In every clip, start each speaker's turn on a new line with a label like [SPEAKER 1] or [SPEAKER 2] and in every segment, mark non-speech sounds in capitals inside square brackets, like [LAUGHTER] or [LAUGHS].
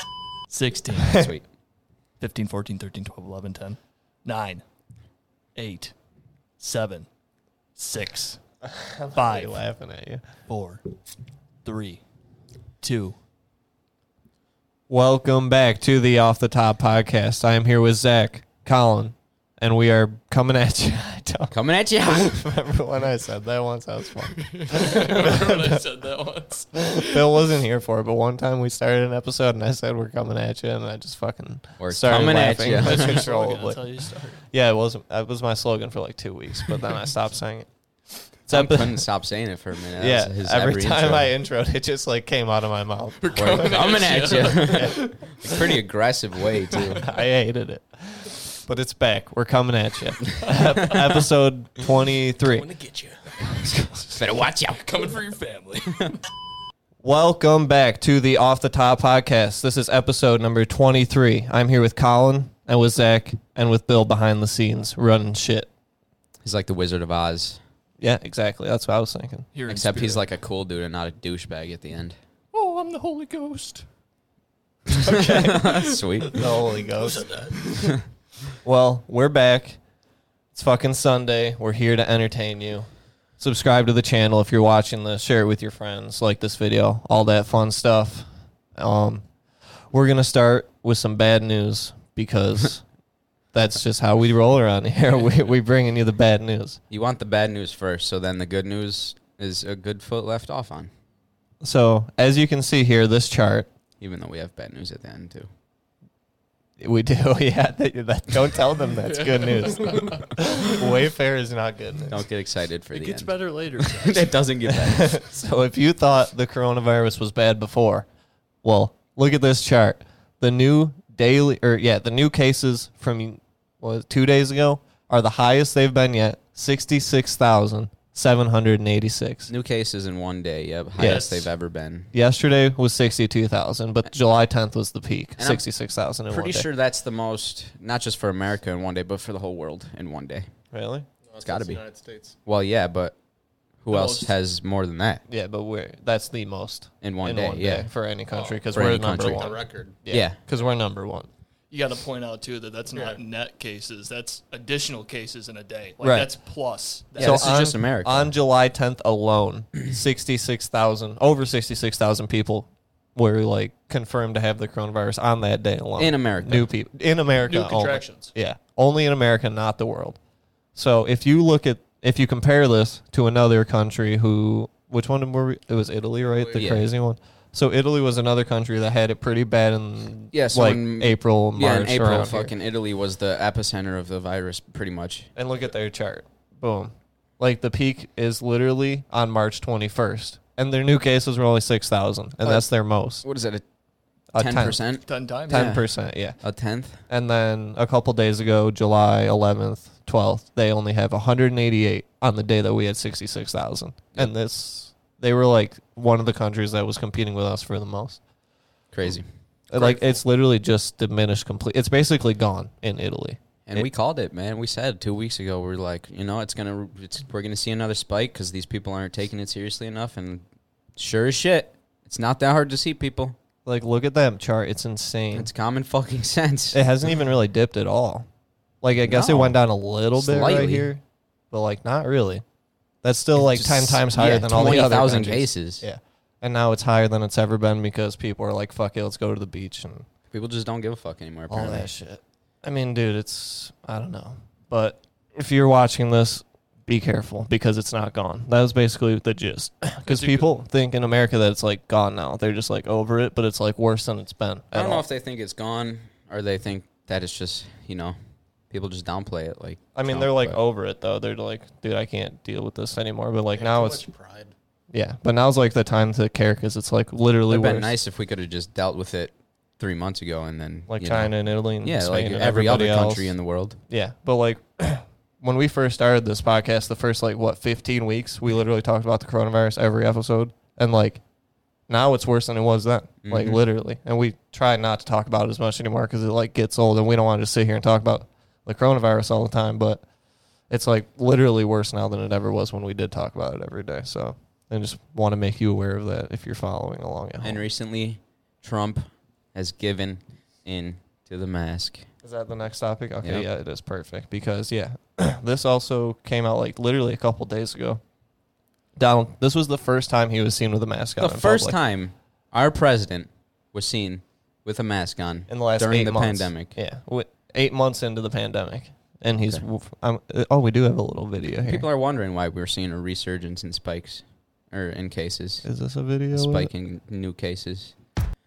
[SPEAKER 1] [LAUGHS]
[SPEAKER 2] 16,
[SPEAKER 3] Sweet.
[SPEAKER 2] 15, 14, 13, 12, 11, 10, 9, 8, 7,
[SPEAKER 1] [LAUGHS]
[SPEAKER 2] 6,
[SPEAKER 3] Why are
[SPEAKER 2] 5,
[SPEAKER 3] you laughing at you?
[SPEAKER 2] 4, 3,
[SPEAKER 1] [LAUGHS]
[SPEAKER 2] 2.
[SPEAKER 3] Welcome back to the Off the Top podcast. I am here with Zach, Colin, and we are coming at you. [LAUGHS] I don't
[SPEAKER 1] Coming at you.
[SPEAKER 3] [LAUGHS] remember when I said that once. That was
[SPEAKER 1] [LAUGHS]
[SPEAKER 3] fun.
[SPEAKER 2] I said that
[SPEAKER 3] [LAUGHS]
[SPEAKER 2] once.
[SPEAKER 3] Bill wasn't here for it, but one time we started an episode and I said we're coming at you, and I just fucking
[SPEAKER 1] We're
[SPEAKER 3] started
[SPEAKER 1] coming at
[SPEAKER 3] laughing [LAUGHS]
[SPEAKER 1] you. [LAUGHS]
[SPEAKER 3] uncontrollably.
[SPEAKER 2] you start.
[SPEAKER 3] Yeah, it was that was my slogan for like two weeks, but then I stopped saying
[SPEAKER 1] [LAUGHS]
[SPEAKER 3] it. It's
[SPEAKER 1] Tom
[SPEAKER 3] epi-
[SPEAKER 1] couldn't stop saying it for a minute. That
[SPEAKER 3] yeah,
[SPEAKER 1] was his
[SPEAKER 3] every, time
[SPEAKER 1] intro.
[SPEAKER 3] I introed, it just like came out of my mouth. [LAUGHS]
[SPEAKER 1] We're coming, at you. [LAUGHS] Pretty aggressive way too.
[SPEAKER 3] [LAUGHS] I hated it, but it's back. We're coming at you. Ep- [LAUGHS] episode twenty three.
[SPEAKER 2] to get you.
[SPEAKER 1] Better watch out.
[SPEAKER 2] Coming for your family.
[SPEAKER 3] Welcome back to the Off the Top podcast. This is episode number 23. I'm here with Colin and with Zach and with Bill behind the scenes running shit.
[SPEAKER 1] He's like the Wizard of Oz,
[SPEAKER 3] Yeah, exactly. That's what I was thinking.
[SPEAKER 2] Here in
[SPEAKER 1] except he's
[SPEAKER 2] spirit.
[SPEAKER 1] like a cool dude and not a douchebag at
[SPEAKER 3] [LAUGHS]
[SPEAKER 1] the end. [LAUGHS]
[SPEAKER 2] oh, I'm the Holy Ghost.
[SPEAKER 1] That's sweet.
[SPEAKER 3] The Holy Ghost.
[SPEAKER 2] that?
[SPEAKER 3] [LAUGHS] Well, we're back. It's fucking Sunday. We're here to entertain you. Subscribe to the channel if you're watching this. Share it with your friends. Like this video. All that fun stuff. Um, we're gonna start with some bad news because that's just how we roll around here. [LAUGHS] We we bringing you the bad news.
[SPEAKER 1] You want the bad news first, so then the good news is a good foot left off on.
[SPEAKER 3] So as you can see here, this chart
[SPEAKER 1] Even though we have bad news at the end too.
[SPEAKER 3] we do. [LAUGHS] Yeah, that, that, don't tell them that's good news. Wayfair is not good news.
[SPEAKER 1] Don't get excited for
[SPEAKER 2] It
[SPEAKER 1] the
[SPEAKER 2] gets
[SPEAKER 1] end.
[SPEAKER 2] better later.
[SPEAKER 1] [LAUGHS] it doesn't get
[SPEAKER 3] [LAUGHS]
[SPEAKER 1] better.
[SPEAKER 3] So if you thought the coronavirus was bad before, well, look at this chart. The new daily or yeah, the new cases from what was it, 2 days ago are the highest they've been yet, 66,786.
[SPEAKER 1] New cases in one day. Yep, highest
[SPEAKER 3] Yes.
[SPEAKER 1] they've ever been.
[SPEAKER 3] Yesterday was 62,000, but July 10th was the peak,
[SPEAKER 1] And I'm
[SPEAKER 3] 66,000 in one
[SPEAKER 1] Pretty
[SPEAKER 3] day.
[SPEAKER 1] sure that's the most, not just for America in one day, but for the whole world in one day.
[SPEAKER 3] Really?
[SPEAKER 1] It's gotta
[SPEAKER 4] That's
[SPEAKER 1] be.
[SPEAKER 4] the United States.
[SPEAKER 1] Well, yeah, but who
[SPEAKER 2] No,
[SPEAKER 1] else
[SPEAKER 2] it's-
[SPEAKER 1] has more than that
[SPEAKER 3] Yeah, but we're that's the most
[SPEAKER 1] in one day? yeah.
[SPEAKER 3] for any country cuz
[SPEAKER 1] Oh, for
[SPEAKER 3] we're
[SPEAKER 1] any
[SPEAKER 3] number
[SPEAKER 1] country.
[SPEAKER 4] Break the
[SPEAKER 3] 1.
[SPEAKER 4] record.
[SPEAKER 1] Yeah.
[SPEAKER 3] Cuz we're number 1.
[SPEAKER 2] [LAUGHS] you got to point out too that that's not
[SPEAKER 4] Yeah.
[SPEAKER 2] net cases. That's additional cases in a day. Like
[SPEAKER 3] Right.
[SPEAKER 2] That's plus.
[SPEAKER 1] Yeah,
[SPEAKER 2] That's-
[SPEAKER 1] this is just America.
[SPEAKER 3] On July 10th
[SPEAKER 1] [CLEARS THROAT]
[SPEAKER 3] alone, 66,000, over 66,000 people were like confirmed to have the coronavirus on that day alone.
[SPEAKER 1] In America.
[SPEAKER 3] New people in America.
[SPEAKER 2] New contractions.
[SPEAKER 3] Only. Yeah. Only in America, not the world. So if you look at if you compare this to another country who which one were we, it was Italy, right? The
[SPEAKER 1] Yeah.
[SPEAKER 3] crazy one. So Italy was another country that had it pretty bad in
[SPEAKER 1] Yeah, so
[SPEAKER 3] like
[SPEAKER 1] in-
[SPEAKER 3] April, March.
[SPEAKER 1] yeah, in April,
[SPEAKER 3] around here.
[SPEAKER 1] fucking Italy was the epicenter of the virus, pretty much.
[SPEAKER 3] and look at their chart. Boom. Like the peak is literally on March 21st, and their new cases were only 6,000, and
[SPEAKER 1] Uh,
[SPEAKER 3] that's their most.
[SPEAKER 1] What is it?
[SPEAKER 3] A
[SPEAKER 1] A ten percent?
[SPEAKER 2] Ten times.
[SPEAKER 1] Ten-
[SPEAKER 3] 10%, yeah.
[SPEAKER 1] A tenth?
[SPEAKER 3] And then a couple days ago, July 11th, 12th, they only have 188 on the day that we had 66,000. And this, they were like one of the countries that was competing with us for the most.
[SPEAKER 1] Crazy.
[SPEAKER 3] Like it's literally just diminished complete. It's basically gone in Italy.
[SPEAKER 1] And we called it, man. We said two weeks ago, we are like, you know, it's gonna, it's, we're gonna see another spike because these people aren't taking it seriously enough. And sure as shit, it's not that hard to see people.
[SPEAKER 3] Like look at that chart. It's insane.
[SPEAKER 1] It's common fucking [LAUGHS] sense.
[SPEAKER 3] It hasn't even really dipped at all. Like I guess it
[SPEAKER 1] No.
[SPEAKER 3] went down a little bit right
[SPEAKER 1] Slightly.
[SPEAKER 3] here, but like not really. That's still like
[SPEAKER 1] Just-
[SPEAKER 3] ten times higher
[SPEAKER 1] yeah,
[SPEAKER 3] than all the other
[SPEAKER 1] 20,000
[SPEAKER 3] countries.
[SPEAKER 1] cases.
[SPEAKER 3] Yeah, and now it's higher than it's ever been because people are like, "Fuck it, let's go to the beach and
[SPEAKER 1] People just don't give a fuck anymore.
[SPEAKER 3] all
[SPEAKER 1] Apparently,
[SPEAKER 3] that shit." I mean, dude, it's I don't know, but if you're watching this, be careful because it's not gone. That was basically the
[SPEAKER 1] [COUGHS]
[SPEAKER 3] gist. Because
[SPEAKER 2] a good-
[SPEAKER 3] people think in America that it's like gone now; they're just like over it, but it's like worse than it's been.
[SPEAKER 1] I
[SPEAKER 3] at
[SPEAKER 1] don't
[SPEAKER 3] all.
[SPEAKER 1] know if they think it's gone or they think that it's just you know people just downplay it. Like
[SPEAKER 3] I mean,
[SPEAKER 1] Trump,
[SPEAKER 3] they're like
[SPEAKER 1] but-
[SPEAKER 3] over it though. They're like, dude, I can't deal with this anymore. But like
[SPEAKER 4] They
[SPEAKER 3] now
[SPEAKER 4] have too
[SPEAKER 3] it's
[SPEAKER 4] much pride.
[SPEAKER 3] yeah, but now's like the time to care because it's like literally
[SPEAKER 1] It'd
[SPEAKER 3] worse.
[SPEAKER 1] been nice if we could have just dealt with it three months ago and then
[SPEAKER 3] like
[SPEAKER 1] you know.
[SPEAKER 3] China and Italy and
[SPEAKER 1] yeah,
[SPEAKER 3] Spain
[SPEAKER 1] like
[SPEAKER 3] and
[SPEAKER 1] every other
[SPEAKER 3] everybody else.
[SPEAKER 1] country in the world.
[SPEAKER 3] yeah, but like [CLEARS THROAT] when we first started this podcast, the first like what fifteen weeks, we literally talked about the coronavirus every episode, and like now it's worse than it was then. Like
[SPEAKER 1] Mhm.
[SPEAKER 3] literally, and we try not to talk about it as much anymore because it like gets old, and we don't want to just sit here and talk about the coronavirus all the time. But it's like literally worse now than it ever was when we did talk about it every day. So I just want to make you aware of that if you're following along at home.
[SPEAKER 1] And recently, Trump has given in to the mask.
[SPEAKER 3] Is that the next topic? Okay,
[SPEAKER 1] Yep.
[SPEAKER 3] yeah, it is perfect because yeah, [CLEARS THROAT] this also came out like literally a couple days ago. Donald, this was the first time he was seen with a mask on.
[SPEAKER 1] the
[SPEAKER 3] in
[SPEAKER 1] first
[SPEAKER 3] public.
[SPEAKER 1] time our president was seen with a mask on
[SPEAKER 3] in the last
[SPEAKER 1] during
[SPEAKER 3] eight
[SPEAKER 1] the
[SPEAKER 3] months.
[SPEAKER 1] pandemic.
[SPEAKER 3] Yeah, wi- eight months into the pandemic, and he's.
[SPEAKER 1] Okay.
[SPEAKER 3] woof- I'm, uh, oh, we do have a little video here.
[SPEAKER 1] People are wondering why we're seeing a resurgence in spikes or in cases,
[SPEAKER 3] is this a video?
[SPEAKER 1] a
[SPEAKER 3] with
[SPEAKER 1] spike
[SPEAKER 3] it?
[SPEAKER 1] in new cases.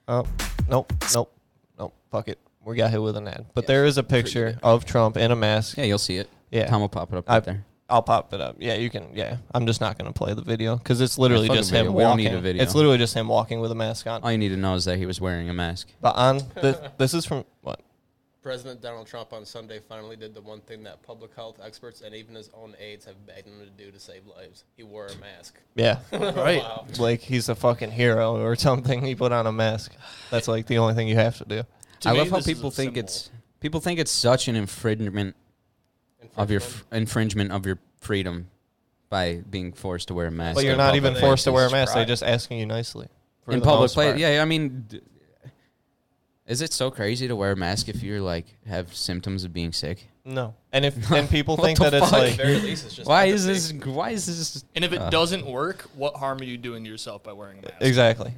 [SPEAKER 3] Oh, nope, nope, nope. Fuck it. We got hit with an ad, but
[SPEAKER 1] Yeah,
[SPEAKER 3] there is a
[SPEAKER 1] pretty
[SPEAKER 3] picture
[SPEAKER 1] good.
[SPEAKER 3] of Trump in a mask.
[SPEAKER 1] Yeah, you'll see it.
[SPEAKER 3] Yeah,
[SPEAKER 1] Tom will pop it up
[SPEAKER 3] I-
[SPEAKER 1] right there.
[SPEAKER 3] I'll pop it up. Yeah, you can. Yeah, I'm just not gonna play the video because it's literally
[SPEAKER 1] fuck a
[SPEAKER 3] just him
[SPEAKER 1] video. We
[SPEAKER 3] walking.
[SPEAKER 1] don't need a video.
[SPEAKER 3] It's literally just him walking with a mask on.
[SPEAKER 1] All you need to know is that he was wearing a mask.
[SPEAKER 3] But on the, this is from what?
[SPEAKER 4] President Donald Trump on Sunday finally did the one thing that public health experts and even his own aides have begged him to do to save lives. He wore a mask.
[SPEAKER 1] [LAUGHS]
[SPEAKER 3] Yeah,
[SPEAKER 2] Right.
[SPEAKER 4] Wow.
[SPEAKER 3] [LAUGHS] like he's a fucking hero or something. He put on a mask. That's like the only thing you have to do.
[SPEAKER 2] To
[SPEAKER 1] I
[SPEAKER 2] me,
[SPEAKER 1] love how
[SPEAKER 2] this is
[SPEAKER 1] people
[SPEAKER 2] a
[SPEAKER 1] think
[SPEAKER 2] symbol.
[SPEAKER 1] it's people think it's such an infringement of your
[SPEAKER 4] Infringement.
[SPEAKER 1] f- infringement of your freedom by being forced to wear a mask.
[SPEAKER 3] But you're
[SPEAKER 1] in
[SPEAKER 3] not
[SPEAKER 1] public
[SPEAKER 3] even forced to
[SPEAKER 1] places.
[SPEAKER 3] wear a mask. They're
[SPEAKER 4] Right.
[SPEAKER 3] just asking you nicely. for
[SPEAKER 1] in
[SPEAKER 3] the
[SPEAKER 1] public
[SPEAKER 3] most
[SPEAKER 1] place.
[SPEAKER 3] part.
[SPEAKER 1] Yeah, I mean, d- is it so crazy to wear a mask if you're like have symptoms of being sick?
[SPEAKER 3] No. And [LAUGHS] if and people
[SPEAKER 1] What
[SPEAKER 3] think
[SPEAKER 1] the
[SPEAKER 3] that it's
[SPEAKER 1] fuck?
[SPEAKER 4] At the
[SPEAKER 3] like
[SPEAKER 4] very least, it's just
[SPEAKER 1] Why is
[SPEAKER 4] empathy.
[SPEAKER 1] this? Why is this?
[SPEAKER 2] And if it
[SPEAKER 1] Uh.
[SPEAKER 2] doesn't work, what harm are you doing to yourself by wearing a mask?
[SPEAKER 3] exactly.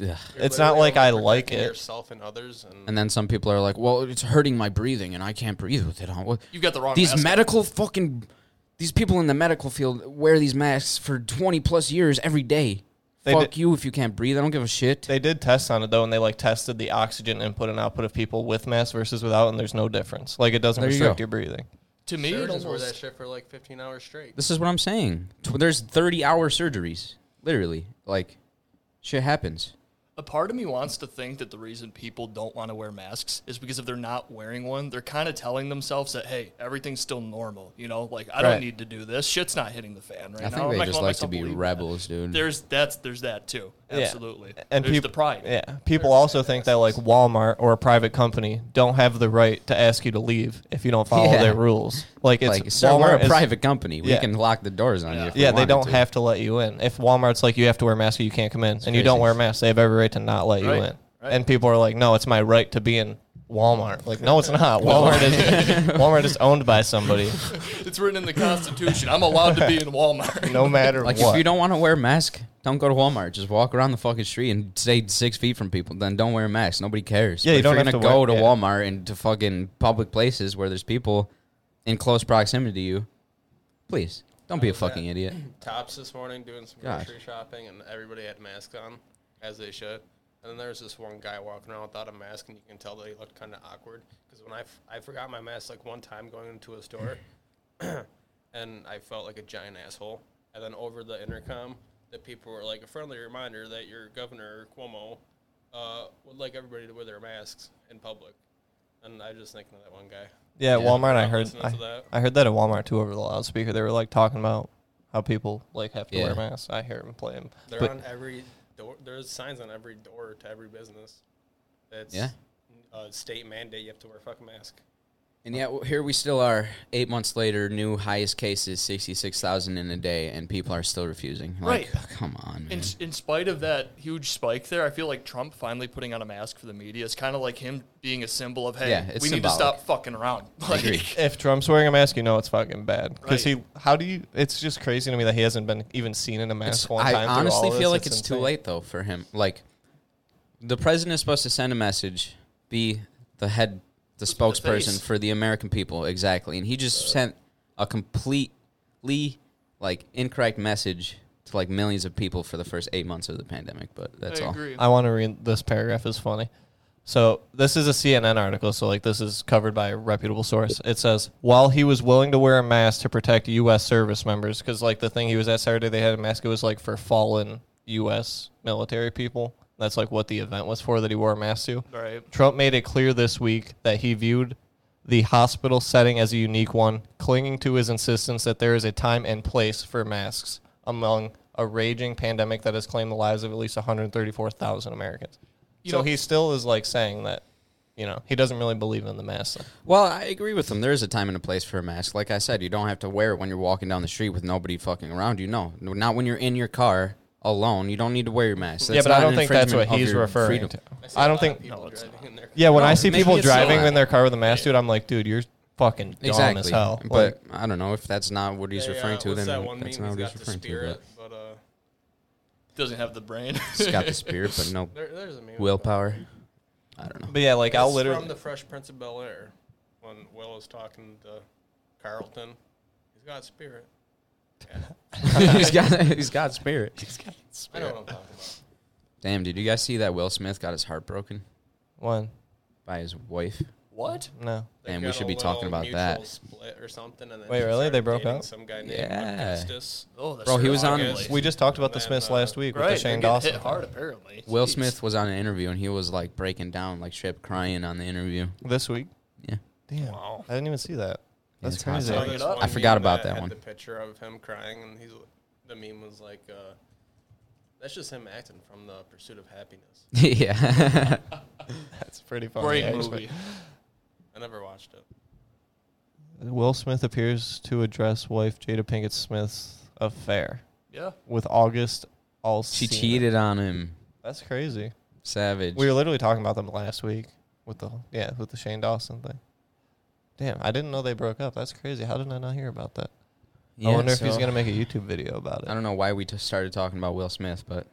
[SPEAKER 1] Ugh.
[SPEAKER 4] You're
[SPEAKER 3] It's not
[SPEAKER 4] literally
[SPEAKER 3] like
[SPEAKER 4] only
[SPEAKER 3] I like
[SPEAKER 4] protecting
[SPEAKER 3] it.
[SPEAKER 4] Yourself and others, and,
[SPEAKER 1] And then some people are like, "Well, it's hurting my breathing, and I can't breathe with it on." What-
[SPEAKER 2] You've got the wrong.
[SPEAKER 1] These
[SPEAKER 2] mask on.
[SPEAKER 1] medical fucking these people in the medical field wear these masks for twenty plus years every day.
[SPEAKER 3] They
[SPEAKER 1] Fuck
[SPEAKER 3] did-
[SPEAKER 1] you if you can't breathe. I don't give a shit.
[SPEAKER 3] They did tests on it though, and they like tested the oxygen input and output of people with masks versus without, and there's no difference. Like it doesn't
[SPEAKER 1] There you
[SPEAKER 3] restrict
[SPEAKER 1] go.
[SPEAKER 3] your breathing.
[SPEAKER 2] To me, it
[SPEAKER 4] surgeons wore
[SPEAKER 2] almost
[SPEAKER 4] that shit for like 15 hours straight.
[SPEAKER 1] This is what I'm saying. Tw- There's 30 hour surgeries, literally. Like, shit happens.
[SPEAKER 2] A part of me wants to think that the reason people don't want to wear masks is because if they're not wearing one, they're kind of telling themselves that, hey, everything's still normal. You know, like I
[SPEAKER 3] Right.
[SPEAKER 2] don't need to do this. Shit's not hitting the fan right
[SPEAKER 1] I
[SPEAKER 2] now.
[SPEAKER 1] think
[SPEAKER 2] I'm
[SPEAKER 1] they
[SPEAKER 2] not
[SPEAKER 1] just
[SPEAKER 2] gonna let
[SPEAKER 1] like to
[SPEAKER 2] myself
[SPEAKER 1] be
[SPEAKER 2] believe that.
[SPEAKER 1] rebels, dude.
[SPEAKER 2] There's that's there's that too.
[SPEAKER 3] Yeah.
[SPEAKER 2] Absolutely.
[SPEAKER 3] And
[SPEAKER 2] there's
[SPEAKER 3] people,
[SPEAKER 2] the pride.
[SPEAKER 3] yeah, people also think that like Walmart or a private company don't have the right to ask you to leave if you don't follow
[SPEAKER 1] Yeah.
[SPEAKER 3] their rules. Like it's
[SPEAKER 1] like, so we're a
[SPEAKER 3] is-
[SPEAKER 1] private company. We
[SPEAKER 3] Yeah.
[SPEAKER 1] can lock the doors on you.
[SPEAKER 2] Yeah.
[SPEAKER 1] If we
[SPEAKER 3] Yeah, they
[SPEAKER 1] wanted
[SPEAKER 3] don't
[SPEAKER 1] to.
[SPEAKER 3] have to let you in. If Walmart's like you have to wear a mask, or you can't come in, and you don't
[SPEAKER 1] crazy.
[SPEAKER 3] wear a mask, they have every right to not let you
[SPEAKER 2] Right,
[SPEAKER 3] in.
[SPEAKER 2] right.
[SPEAKER 3] And people are like, no, it's my right to be in Walmart. Like, no, it's
[SPEAKER 1] [LAUGHS]
[SPEAKER 3] not. Walmart is Walmart is owned by somebody,
[SPEAKER 2] It's written in the Constitution. I'm allowed to be in
[SPEAKER 1] [LAUGHS]
[SPEAKER 2] Walmart.
[SPEAKER 3] no matter
[SPEAKER 1] Like,
[SPEAKER 3] what.
[SPEAKER 1] if you don't want to wear a mask, don't go to Walmart. Just walk around the fucking street and stay six feet from people. Then don't wear a mask. Nobody cares.
[SPEAKER 3] Yeah,
[SPEAKER 1] But
[SPEAKER 3] you
[SPEAKER 1] if
[SPEAKER 3] don't
[SPEAKER 1] you're
[SPEAKER 3] have
[SPEAKER 1] gonna
[SPEAKER 3] to
[SPEAKER 1] go
[SPEAKER 3] wear-
[SPEAKER 1] to
[SPEAKER 3] yeah.
[SPEAKER 1] Walmart and to fucking public places where there's people in close proximity to you, please don't be a
[SPEAKER 4] Other than
[SPEAKER 1] fucking
[SPEAKER 4] that-
[SPEAKER 1] idiot.
[SPEAKER 4] [CLEARS THROAT] Tops this morning doing some
[SPEAKER 1] Gosh.
[SPEAKER 4] grocery shopping, and everybody had masks on, as they should. And then there's this one guy walking around without a mask, and you can tell that he looked kind of awkward. Because when I, f- I forgot my mask like one time going into a store, [CLEARS THROAT] and I felt like a giant asshole. And then over the intercom, the people were like a friendly reminder that your governor Cuomo uh, would like everybody to wear their masks in public. And I just thinking of that one guy.
[SPEAKER 3] yeah,
[SPEAKER 1] Yeah.
[SPEAKER 3] Walmart. I
[SPEAKER 4] I'm
[SPEAKER 3] heard.
[SPEAKER 4] listening to
[SPEAKER 3] I,
[SPEAKER 4] that.
[SPEAKER 3] I heard that at Walmart too over the loudspeaker. They were like talking about how people like have to wear
[SPEAKER 1] Yeah.
[SPEAKER 3] masks. I hear them play 'em.
[SPEAKER 4] They're
[SPEAKER 3] But
[SPEAKER 4] on every door. There's signs on every door to every business. That's
[SPEAKER 1] Yeah.
[SPEAKER 4] a state mandate. You have to wear a fucking mask.
[SPEAKER 1] And yet w- here we still are, eight months later. New highest cases, sixty-six thousand in a day, and people are still refusing. Like,
[SPEAKER 2] Right.
[SPEAKER 1] Come on. Man.
[SPEAKER 2] In, in spite of that huge spike there, I feel like Trump finally putting on a mask for the media is kind of like him being a symbol of, hey,
[SPEAKER 1] Yeah,
[SPEAKER 2] we
[SPEAKER 1] it's
[SPEAKER 2] need to
[SPEAKER 1] symbolic.
[SPEAKER 2] stop fucking around.
[SPEAKER 1] agree.
[SPEAKER 2] Like,
[SPEAKER 3] if Trump's wearing a mask, you know it's fucking bad. Because
[SPEAKER 2] Right.
[SPEAKER 3] he, how do you? It's just crazy to me that he hasn't been even seen in a mask
[SPEAKER 1] It's-
[SPEAKER 3] one
[SPEAKER 1] I
[SPEAKER 3] time. through
[SPEAKER 1] honestly
[SPEAKER 3] all this.
[SPEAKER 1] feel like it's, too
[SPEAKER 3] insane.
[SPEAKER 1] late though for him. Like, the president is supposed to send a message, be the head, the spokesperson
[SPEAKER 2] face.
[SPEAKER 1] for the American people, exactly. And he just sent a completely like incorrect message to like millions of people for the first eight months of the pandemic. But that's
[SPEAKER 2] I
[SPEAKER 1] all. Uh,
[SPEAKER 2] agree.
[SPEAKER 3] I want to read this paragraph is funny. So this is a CNN article, so like this is covered by a reputable source. It says while he was willing to wear a mask to protect U.S. service members, because like the thing he was at Saturday, they had a mask. It was like for fallen U.S. military people. That's like what the event was for that he wore a mask to.
[SPEAKER 2] All right.
[SPEAKER 3] Trump made it clear this week that he viewed the hospital setting as a unique one, clinging to his insistence that there is a time and place for masks among a raging pandemic that has claimed the lives of at least 134,000 Americans.
[SPEAKER 2] You
[SPEAKER 3] so
[SPEAKER 2] know-
[SPEAKER 3] he still is like saying that, you know, he doesn't really believe in the mask. thing.
[SPEAKER 1] Well, I agree with him. There is a time and a place for a mask. Like I said, you don't have to wear it when you're walking down the street with nobody fucking around you. No, not when you're in your car alone. You don't need to wear your mask.
[SPEAKER 3] yeah,
[SPEAKER 1] That's
[SPEAKER 3] but I
[SPEAKER 1] not
[SPEAKER 3] don't
[SPEAKER 1] an
[SPEAKER 3] think that's what
[SPEAKER 1] infringement of
[SPEAKER 3] he's
[SPEAKER 1] your
[SPEAKER 3] referring
[SPEAKER 1] freedom.
[SPEAKER 3] to.
[SPEAKER 4] see
[SPEAKER 3] I
[SPEAKER 4] a
[SPEAKER 3] don't
[SPEAKER 4] lot
[SPEAKER 3] think.
[SPEAKER 4] of people driving in their
[SPEAKER 3] Yeah, when I see
[SPEAKER 1] maybe
[SPEAKER 3] people
[SPEAKER 1] it's not.
[SPEAKER 3] driving in their car with a mask, dude, I'm like, dude, you're fucking dumb
[SPEAKER 1] Exactly.
[SPEAKER 3] as hell. Like,
[SPEAKER 1] But I don't know if that's not what he's
[SPEAKER 4] They, uh,
[SPEAKER 1] referring to.
[SPEAKER 4] what's
[SPEAKER 1] Then
[SPEAKER 4] that one
[SPEAKER 1] that's
[SPEAKER 4] meme?
[SPEAKER 1] not
[SPEAKER 4] He's
[SPEAKER 1] what he's
[SPEAKER 4] got the
[SPEAKER 1] referring to.
[SPEAKER 4] spirit,
[SPEAKER 1] But
[SPEAKER 4] but uh,
[SPEAKER 2] Doesn't have the
[SPEAKER 1] [LAUGHS]
[SPEAKER 2] brain.
[SPEAKER 1] he's got the spirit, but
[SPEAKER 4] [LAUGHS]
[SPEAKER 1] no
[SPEAKER 4] there, there's a meme.
[SPEAKER 1] willpower. I don't know.
[SPEAKER 3] but yeah, like
[SPEAKER 4] It's
[SPEAKER 3] I'll
[SPEAKER 4] from
[SPEAKER 3] literally.
[SPEAKER 4] the Fresh Prince of Bel Air when Will is talking to Carlton. He's got spirit.
[SPEAKER 3] [LAUGHS]
[SPEAKER 4] Yeah,
[SPEAKER 1] he's [LAUGHS] got he's got spirit.
[SPEAKER 4] I know what I'm talking about.
[SPEAKER 1] Damn, did you guys see that Will Smith got his heart broken
[SPEAKER 3] One.
[SPEAKER 1] by his wife?
[SPEAKER 2] [LAUGHS] what?
[SPEAKER 3] No.
[SPEAKER 4] They've
[SPEAKER 1] Damn, we
[SPEAKER 4] got
[SPEAKER 1] should
[SPEAKER 4] a
[SPEAKER 1] be talking
[SPEAKER 4] little
[SPEAKER 1] about that.
[SPEAKER 4] mutual Split or something, and then
[SPEAKER 3] Wait,
[SPEAKER 4] she
[SPEAKER 3] really?
[SPEAKER 4] started
[SPEAKER 3] They broke
[SPEAKER 4] dating
[SPEAKER 3] up?
[SPEAKER 4] Some guy named
[SPEAKER 1] Yeah.
[SPEAKER 4] Augustus.
[SPEAKER 2] Oh, that's
[SPEAKER 1] Bro, he
[SPEAKER 2] right.
[SPEAKER 1] was on-
[SPEAKER 2] Obviously.
[SPEAKER 3] We just talked about the
[SPEAKER 4] And
[SPEAKER 3] Smiths
[SPEAKER 4] then, uh,
[SPEAKER 3] last week
[SPEAKER 2] right.
[SPEAKER 3] with the Shane
[SPEAKER 2] they're getting
[SPEAKER 3] Dawson.
[SPEAKER 2] hit hard apparently.
[SPEAKER 1] Will
[SPEAKER 2] Jeez.
[SPEAKER 1] Smith was on an interview and he was like breaking down, like straight up crying on the interview. [LAUGHS]
[SPEAKER 3] This week?
[SPEAKER 1] Yeah.
[SPEAKER 3] Damn.
[SPEAKER 4] Wow.
[SPEAKER 3] I didn't even see that. That's
[SPEAKER 1] it's hot
[SPEAKER 3] crazy.
[SPEAKER 4] So
[SPEAKER 2] Bring
[SPEAKER 4] there's
[SPEAKER 2] it up.
[SPEAKER 4] one
[SPEAKER 1] I forgot
[SPEAKER 4] meme
[SPEAKER 1] about that
[SPEAKER 4] had
[SPEAKER 1] one.
[SPEAKER 4] The picture of him crying, and he's the meme was like, uh, "That's just him acting from the Pursuit of Happiness."
[SPEAKER 1] yeah.
[SPEAKER 3] That's pretty
[SPEAKER 1] Oh,
[SPEAKER 3] funny.
[SPEAKER 2] Great
[SPEAKER 3] actually.
[SPEAKER 2] movie.
[SPEAKER 4] I never watched it.
[SPEAKER 3] Will Smith appears to address wife Jada Pinkett Smith's affair
[SPEAKER 2] Yeah.
[SPEAKER 3] with August Alsina.
[SPEAKER 1] [LAUGHS] she cheated on him.
[SPEAKER 3] That's crazy.
[SPEAKER 1] Savage.
[SPEAKER 3] We were literally talking about them last week with the yeah with the Shane Dawson thing. Damn, I didn't know they broke up. That's crazy. How did I not hear about that?
[SPEAKER 1] Yeah,
[SPEAKER 3] I wonder if he's
[SPEAKER 1] so-
[SPEAKER 3] gonna make a YouTube video about
[SPEAKER 1] I
[SPEAKER 3] it.
[SPEAKER 1] don't know why we just started talking about Will Smith, but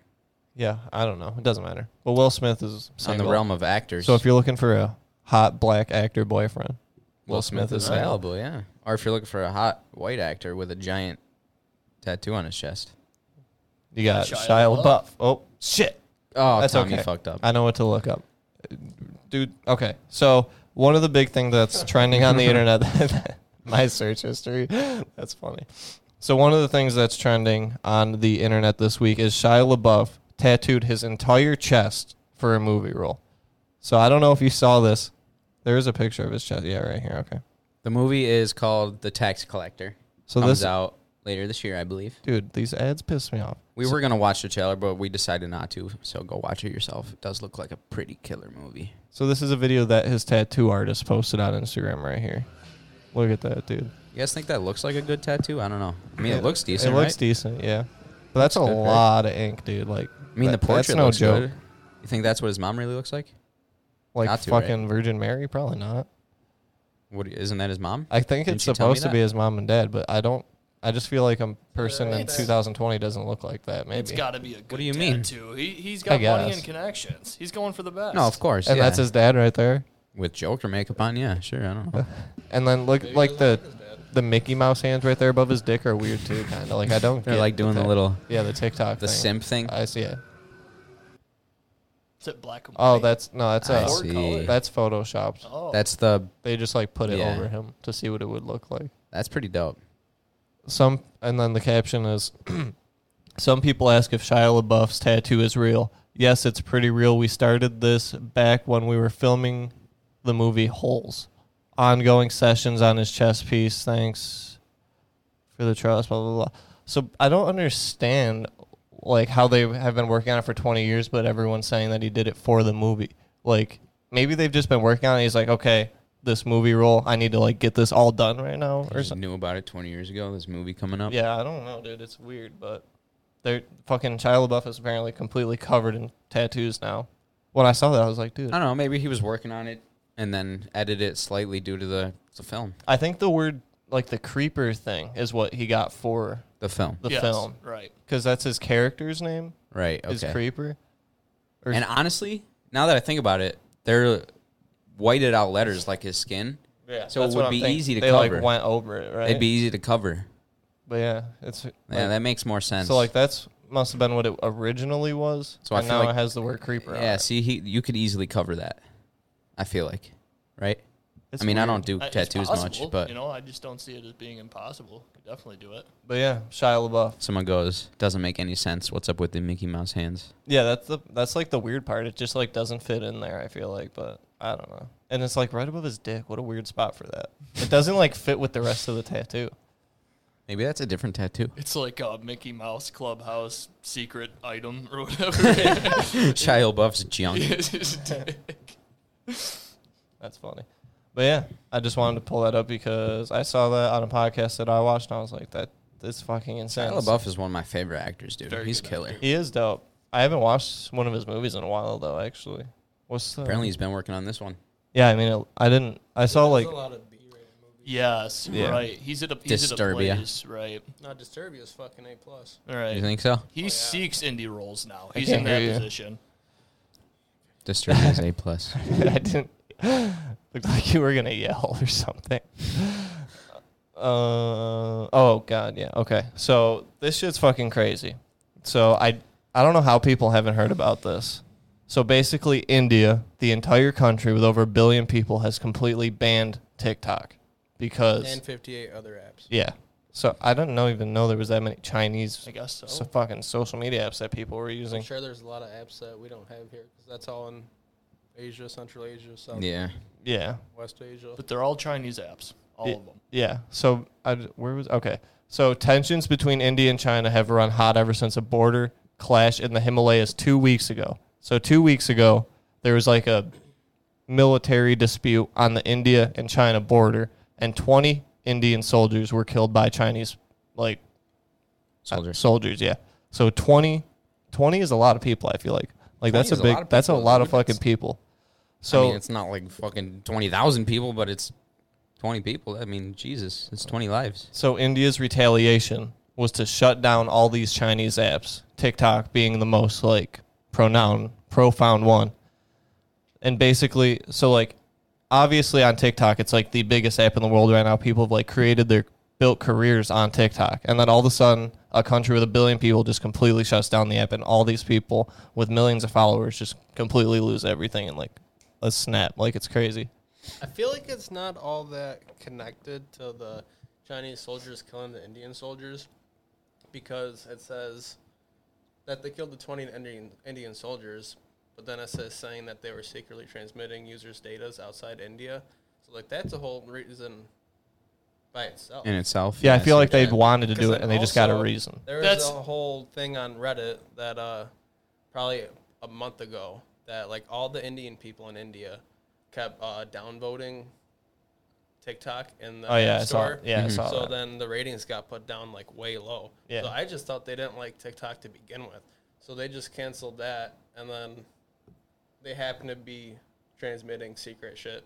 [SPEAKER 3] Yeah, I don't know. It doesn't matter. But Will Smith is
[SPEAKER 1] on the
[SPEAKER 3] single.
[SPEAKER 1] realm of actors,
[SPEAKER 3] So if you're looking for a hot black actor boyfriend,
[SPEAKER 1] Will Smith, is
[SPEAKER 3] single.
[SPEAKER 1] available, yeah. Or if you're looking for a hot white actor with a giant tattoo on his chest.
[SPEAKER 3] You got
[SPEAKER 2] Shia
[SPEAKER 3] Shia
[SPEAKER 2] LaBeouf.
[SPEAKER 3] LaBeouf. Oh shit!
[SPEAKER 1] Oh,
[SPEAKER 3] That's
[SPEAKER 1] Tommy
[SPEAKER 3] okay.
[SPEAKER 1] fucked up.
[SPEAKER 3] I know what to look up, dude. Okay, so one of the big things that's trending
[SPEAKER 1] [LAUGHS]
[SPEAKER 3] on the internet, [LAUGHS] my search history. [GASPS] That's funny. So one of the things that's trending on the internet this week is Shia LaBeouf tattooed his entire chest for a movie role. So I don't know if you saw this. There is a picture of his chest. Yeah, right here. Okay.
[SPEAKER 1] The movie is called The Tax Collector.
[SPEAKER 3] So
[SPEAKER 1] Comes
[SPEAKER 3] this,
[SPEAKER 1] out later this year, I believe.
[SPEAKER 3] dude, these ads piss me off.
[SPEAKER 1] We were gonna watch the trailer, but we decided not to. So go watch it yourself. It does look like a pretty killer movie.
[SPEAKER 3] So this is a video that his tattoo artist posted on Instagram right here. Look at that, dude.
[SPEAKER 1] You guys think that looks like a good tattoo? I don't know. I mean, it looks decent.
[SPEAKER 3] It looks
[SPEAKER 1] right?
[SPEAKER 3] decent, yeah. But that's a
[SPEAKER 1] Looks good, right?
[SPEAKER 3] lot of ink, dude. Like,
[SPEAKER 1] I mean,
[SPEAKER 3] that-
[SPEAKER 1] the
[SPEAKER 3] that's
[SPEAKER 1] portrait
[SPEAKER 3] no
[SPEAKER 1] looks
[SPEAKER 3] joke.
[SPEAKER 1] good. You think that's what his mom really looks like?
[SPEAKER 3] Like
[SPEAKER 1] Got to, right?
[SPEAKER 3] fucking Virgin Mary, probably not.
[SPEAKER 1] What isn't that his mom?
[SPEAKER 3] I think
[SPEAKER 1] Didn't
[SPEAKER 3] it's
[SPEAKER 1] she tell me
[SPEAKER 3] supposed to be
[SPEAKER 1] that?
[SPEAKER 3] his mom and dad, but I don't. I just feel like a person in
[SPEAKER 2] It's-
[SPEAKER 3] 2020 doesn't look like that. Maybe,
[SPEAKER 2] It's got to be a good
[SPEAKER 1] do you mean?
[SPEAKER 2] tattoo. He, he's
[SPEAKER 3] I
[SPEAKER 2] got money
[SPEAKER 3] guess.
[SPEAKER 2] and connections. He's going for the best.
[SPEAKER 1] No, of course.
[SPEAKER 3] and
[SPEAKER 1] yeah.
[SPEAKER 3] that's his dad right there.
[SPEAKER 1] with Joker makeup on. Yeah, sure. I don't know.
[SPEAKER 3] And then look,
[SPEAKER 4] Maybe he
[SPEAKER 3] like
[SPEAKER 4] doesn't
[SPEAKER 3] the
[SPEAKER 4] like his dad.
[SPEAKER 3] the Mickey Mouse hands right there above his dick are weird too, kind of like I don't.
[SPEAKER 1] They're
[SPEAKER 3] get
[SPEAKER 1] like doing the
[SPEAKER 3] that.
[SPEAKER 1] little
[SPEAKER 3] yeah the TikTok
[SPEAKER 1] the
[SPEAKER 3] thing.
[SPEAKER 1] simp thing.
[SPEAKER 3] I see it.
[SPEAKER 2] Is it black and
[SPEAKER 3] Oh,
[SPEAKER 2] white?
[SPEAKER 3] that's no, that's
[SPEAKER 1] I
[SPEAKER 3] uh,
[SPEAKER 2] Ford
[SPEAKER 1] see.
[SPEAKER 2] color.
[SPEAKER 3] that's photoshopped.
[SPEAKER 2] Oh.
[SPEAKER 1] That's the.
[SPEAKER 3] They just like put it
[SPEAKER 1] Yeah.
[SPEAKER 3] over him to see what it would look like.
[SPEAKER 1] That's pretty dope.
[SPEAKER 3] some and then the caption is [CLEARS THROAT] some people ask if Shia LaBeouf's tattoo is real. Yes, it's pretty real. We started this back when we were filming the movie Holes. Ongoing sessions on his chest piece. Thanks for the trust. Blah blah blah. So I don't understand like how they have been working on it for 20 years, but everyone's saying that he did it for the movie. Like maybe they've just been working on it. He's like, okay, this movie role, I need to like get this all done right now,
[SPEAKER 1] I
[SPEAKER 3] or
[SPEAKER 1] just
[SPEAKER 3] something.
[SPEAKER 1] knew about it 20 years ago. This movie coming up.
[SPEAKER 3] Yeah, I don't know, dude. It's weird, but they're fucking Shia LaBeouf is apparently completely covered in tattoos now. When I saw that, I was like, dude.
[SPEAKER 1] I don't know. Maybe he was working on it and then edited it slightly due to the the film.
[SPEAKER 3] I think the word like the creeper thing is what he got for
[SPEAKER 1] The film.
[SPEAKER 3] the
[SPEAKER 2] Yes,
[SPEAKER 3] film
[SPEAKER 2] Right.
[SPEAKER 3] because that's his character's name
[SPEAKER 1] Right. Okay.
[SPEAKER 3] is creeper. Or-
[SPEAKER 1] And honestly, now that I think about it, they're whited out letters like his skin.
[SPEAKER 3] Yeah,
[SPEAKER 1] So it would be easy to
[SPEAKER 3] they
[SPEAKER 1] cover.
[SPEAKER 3] like went over it, right?
[SPEAKER 1] It'd be easy to cover.
[SPEAKER 3] but yeah, it's
[SPEAKER 1] Yeah, that makes more sense.
[SPEAKER 3] so like that's must have been what it originally was.
[SPEAKER 1] So
[SPEAKER 3] So
[SPEAKER 1] I
[SPEAKER 3] and
[SPEAKER 1] feel
[SPEAKER 3] now
[SPEAKER 1] like-
[SPEAKER 3] it has the word creeper. on
[SPEAKER 1] yeah.
[SPEAKER 3] it.
[SPEAKER 1] See, he you could easily cover that. I feel like, right?
[SPEAKER 3] It's
[SPEAKER 1] I mean, I
[SPEAKER 3] weird.
[SPEAKER 1] don't do
[SPEAKER 2] Uh, it's
[SPEAKER 1] tattoos
[SPEAKER 2] possible,
[SPEAKER 1] much, but
[SPEAKER 2] you know, I just don't see it as being impossible. Could definitely do it.
[SPEAKER 3] But yeah, Shia LaBeouf.
[SPEAKER 1] someone goes, doesn't make any sense. What's up with the Mickey Mouse hands?
[SPEAKER 3] Yeah, that's the that's like the weird part. It just like doesn't fit in there. I feel like, but I don't know. And it's like right above his dick. What a weird spot for that. It doesn't like fit with the rest of the tattoo.
[SPEAKER 1] Maybe that's a different tattoo. [LAUGHS]
[SPEAKER 2] It's like a Mickey Mouse Clubhouse secret item or whatever.
[SPEAKER 3] [LAUGHS]
[SPEAKER 1] Shia LaBeouf's junk.
[SPEAKER 2] It's his dick.
[SPEAKER 3] That's funny. But yeah, I just wanted to pull that up because I saw that on a podcast that I watched, and I was like, that It's fucking insane.
[SPEAKER 1] Shia LaBeouf is one of my favorite actors, dude.
[SPEAKER 4] Very
[SPEAKER 1] he's
[SPEAKER 4] good
[SPEAKER 1] killer.
[SPEAKER 3] He is dope. I haven't watched one of his movies in a while though. Actually, what's the?
[SPEAKER 1] Apparently, he's been working on this one.
[SPEAKER 3] yeah. I mean, it, I didn't. I saw like
[SPEAKER 4] There's a lot of B-rated movies.
[SPEAKER 2] [LAUGHS] Yes,
[SPEAKER 3] Yeah.
[SPEAKER 2] right. He's at a he's at a
[SPEAKER 1] Disturbia.
[SPEAKER 2] place, right?
[SPEAKER 4] Not Disturbia is fucking A plus.
[SPEAKER 2] All right.
[SPEAKER 1] You think so?
[SPEAKER 2] he
[SPEAKER 4] yeah.
[SPEAKER 2] seeks indie roles now.
[SPEAKER 3] I
[SPEAKER 2] He's in
[SPEAKER 3] can't
[SPEAKER 2] that
[SPEAKER 3] hear you.
[SPEAKER 2] position.
[SPEAKER 1] Disturbing is
[SPEAKER 3] [LAUGHS]
[SPEAKER 1] A plus.
[SPEAKER 3] I didn't. [GASPS] Looked like you were gonna yell [LAUGHS] or something. Uh, oh god, yeah. Okay, so this shit's fucking crazy. So I I don't know how people haven't heard about this. So basically, India, the entire country with over a billion people, has completely banned TikTok because
[SPEAKER 4] And 58 other apps.
[SPEAKER 3] yeah. So I didn't know even know there was that many Chinese
[SPEAKER 2] I guess so.
[SPEAKER 3] so fucking social media apps that people were
[SPEAKER 4] I'm
[SPEAKER 3] using.
[SPEAKER 4] Oh, sure there's a lot of apps that we don't have here because that's all in Asia, Central Asia, South,
[SPEAKER 1] yeah.
[SPEAKER 3] Yeah.
[SPEAKER 4] West Asia.
[SPEAKER 2] But they're all Chinese apps, all
[SPEAKER 3] Yeah.
[SPEAKER 2] of them.
[SPEAKER 3] Yeah. So I, where was okay? So tensions between India and China have run hot ever since a border clash in the Himalayas two weeks ago. So two weeks ago, there was like a military dispute on the India and China border, and 20 Indian soldiers were killed by Chinese like uh,
[SPEAKER 1] Soldier.
[SPEAKER 3] soldiers. Yeah. So 20, 20 is a lot of people. I feel like like
[SPEAKER 1] 20
[SPEAKER 3] that's a
[SPEAKER 1] is a
[SPEAKER 3] big
[SPEAKER 1] lot of
[SPEAKER 3] that's a
[SPEAKER 1] people,
[SPEAKER 3] lot of
[SPEAKER 1] dude.
[SPEAKER 3] fucking people. So
[SPEAKER 1] I mean, it's not like fucking 20,000 people, but it's 20 people. I mean, Jesus, it's 20 lives.
[SPEAKER 3] So India's retaliation was to shut down all these Chinese apps, TikTok being the most like pronoun profound one. And basically, so like obviously on TikTok, it's like the biggest app in the world right now. People have like created their built careers on TikTok. And then all of a sudden, a country with a billion people just completely shuts down the app and all these people with millions of followers just completely lose everything and like a snap. Like it's crazy.
[SPEAKER 4] I feel like it's not all that connected to the Chinese soldiers killing the Indian soldiers because it says that they killed the 20 Indian, Indian soldiers, but then it says saying that they were secretly transmitting users' data outside India. So, like, that's a whole reason by itself.
[SPEAKER 1] In itself.
[SPEAKER 3] Yeah, I feel like
[SPEAKER 1] see.
[SPEAKER 3] they wanted to
[SPEAKER 4] 'Cause
[SPEAKER 3] do it
[SPEAKER 4] then
[SPEAKER 3] and they just got a
[SPEAKER 4] also
[SPEAKER 3] reason.
[SPEAKER 4] There was
[SPEAKER 2] That's-
[SPEAKER 4] a whole thing on Reddit that uh, probably a month ago that like all the Indian people in India kept uh, downvoting TikTok in the
[SPEAKER 3] Oh yeah,
[SPEAKER 4] app
[SPEAKER 3] I saw.
[SPEAKER 4] store.
[SPEAKER 3] Yeah, I saw
[SPEAKER 1] Mm-hmm.
[SPEAKER 4] So
[SPEAKER 3] that.
[SPEAKER 4] then the ratings got put down like way low.
[SPEAKER 3] Yeah.
[SPEAKER 4] So I just thought they didn't like TikTok to begin with. So they just canceled that and then they happen to be transmitting secret shit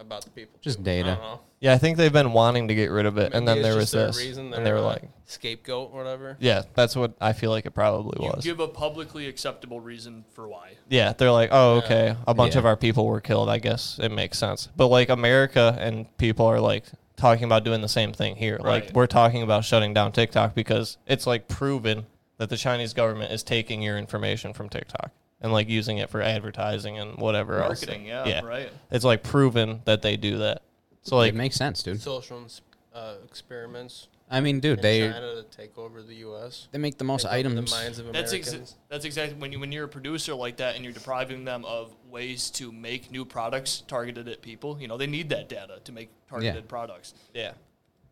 [SPEAKER 4] about the people.
[SPEAKER 1] Just
[SPEAKER 4] too. I
[SPEAKER 1] data.
[SPEAKER 4] don't know.
[SPEAKER 3] Yeah, I think they've been wanting to get rid of it, and
[SPEAKER 4] Maybe
[SPEAKER 3] then
[SPEAKER 4] it's
[SPEAKER 3] there was
[SPEAKER 4] just their
[SPEAKER 3] this,
[SPEAKER 4] reason
[SPEAKER 3] and
[SPEAKER 4] they're,
[SPEAKER 3] they were
[SPEAKER 4] uh,
[SPEAKER 3] like,
[SPEAKER 4] scapegoat or whatever.
[SPEAKER 3] "Yeah, that's what I feel like it probably
[SPEAKER 2] You
[SPEAKER 3] was."
[SPEAKER 2] give a publicly acceptable reason for why.
[SPEAKER 3] yeah, they're like, "Oh, okay, a bunch
[SPEAKER 1] Yeah.
[SPEAKER 3] of our people were killed. I guess it makes sense." But like America and people are like talking about doing the same thing here. Like
[SPEAKER 2] Right.
[SPEAKER 3] we're talking about shutting down TikTok because it's like proven that the Chinese government is taking your information from TikTok and like using it for advertising and whatever
[SPEAKER 2] Marketing,
[SPEAKER 3] else.
[SPEAKER 2] yeah, right.
[SPEAKER 3] It's like proven that they do that. So like
[SPEAKER 1] it makes sense, dude.
[SPEAKER 4] social ins- uh, experiments
[SPEAKER 1] I mean, dude,
[SPEAKER 4] in
[SPEAKER 1] they
[SPEAKER 4] China to take over the U.S.
[SPEAKER 1] they make the most
[SPEAKER 4] take over
[SPEAKER 1] items.
[SPEAKER 4] The minds of
[SPEAKER 2] That's
[SPEAKER 4] Americans.
[SPEAKER 2] ex- that's exactly when you when you're a producer like that and you're depriving them of ways to make new products targeted at people. You know they need that data to make targeted products.
[SPEAKER 3] yeah.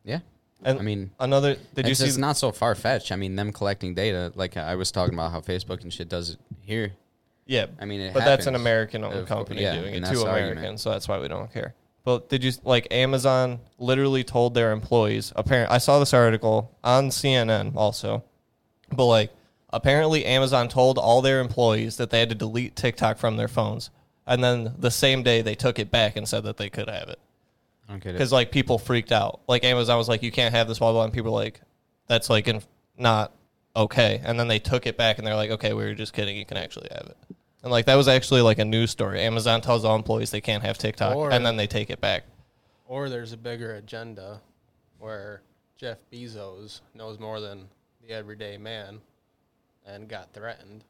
[SPEAKER 1] Yeah.
[SPEAKER 3] And
[SPEAKER 1] I mean,
[SPEAKER 3] another did you
[SPEAKER 1] it's,
[SPEAKER 3] see
[SPEAKER 1] it's not so far fetched. I mean, them collecting data, like I was talking about how Facebook and shit does it here.
[SPEAKER 3] Yeah,
[SPEAKER 1] I mean, it
[SPEAKER 3] but that's an
[SPEAKER 1] happens.
[SPEAKER 3] American-owned
[SPEAKER 1] Of cour-
[SPEAKER 3] company
[SPEAKER 1] yeah,
[SPEAKER 3] doing it
[SPEAKER 1] and
[SPEAKER 3] to
[SPEAKER 1] that's our
[SPEAKER 3] Americans,
[SPEAKER 1] argument.
[SPEAKER 3] so that's why we don't care. But did you like Amazon? Literally told their employees. Apparently, I saw this article on CNN also, but like apparently Amazon told all their employees that they had to delete TikTok from their phones, and then the same day they took it back and said that they could have it
[SPEAKER 1] I don't get it.
[SPEAKER 3] because like people freaked out. Like Amazon was like, "You can't have this," blah blah, and people were like, "That's like inf- not okay." And then they took it back, and they're like, "Okay, we were just kidding. You can actually have it." And like that was actually like a news story. Amazon tells all employees they can't have TikTok,
[SPEAKER 4] Or-
[SPEAKER 3] and then they take it back.
[SPEAKER 4] Or there's a bigger agenda where Jeff Bezos knows more than the everyday man and got threatened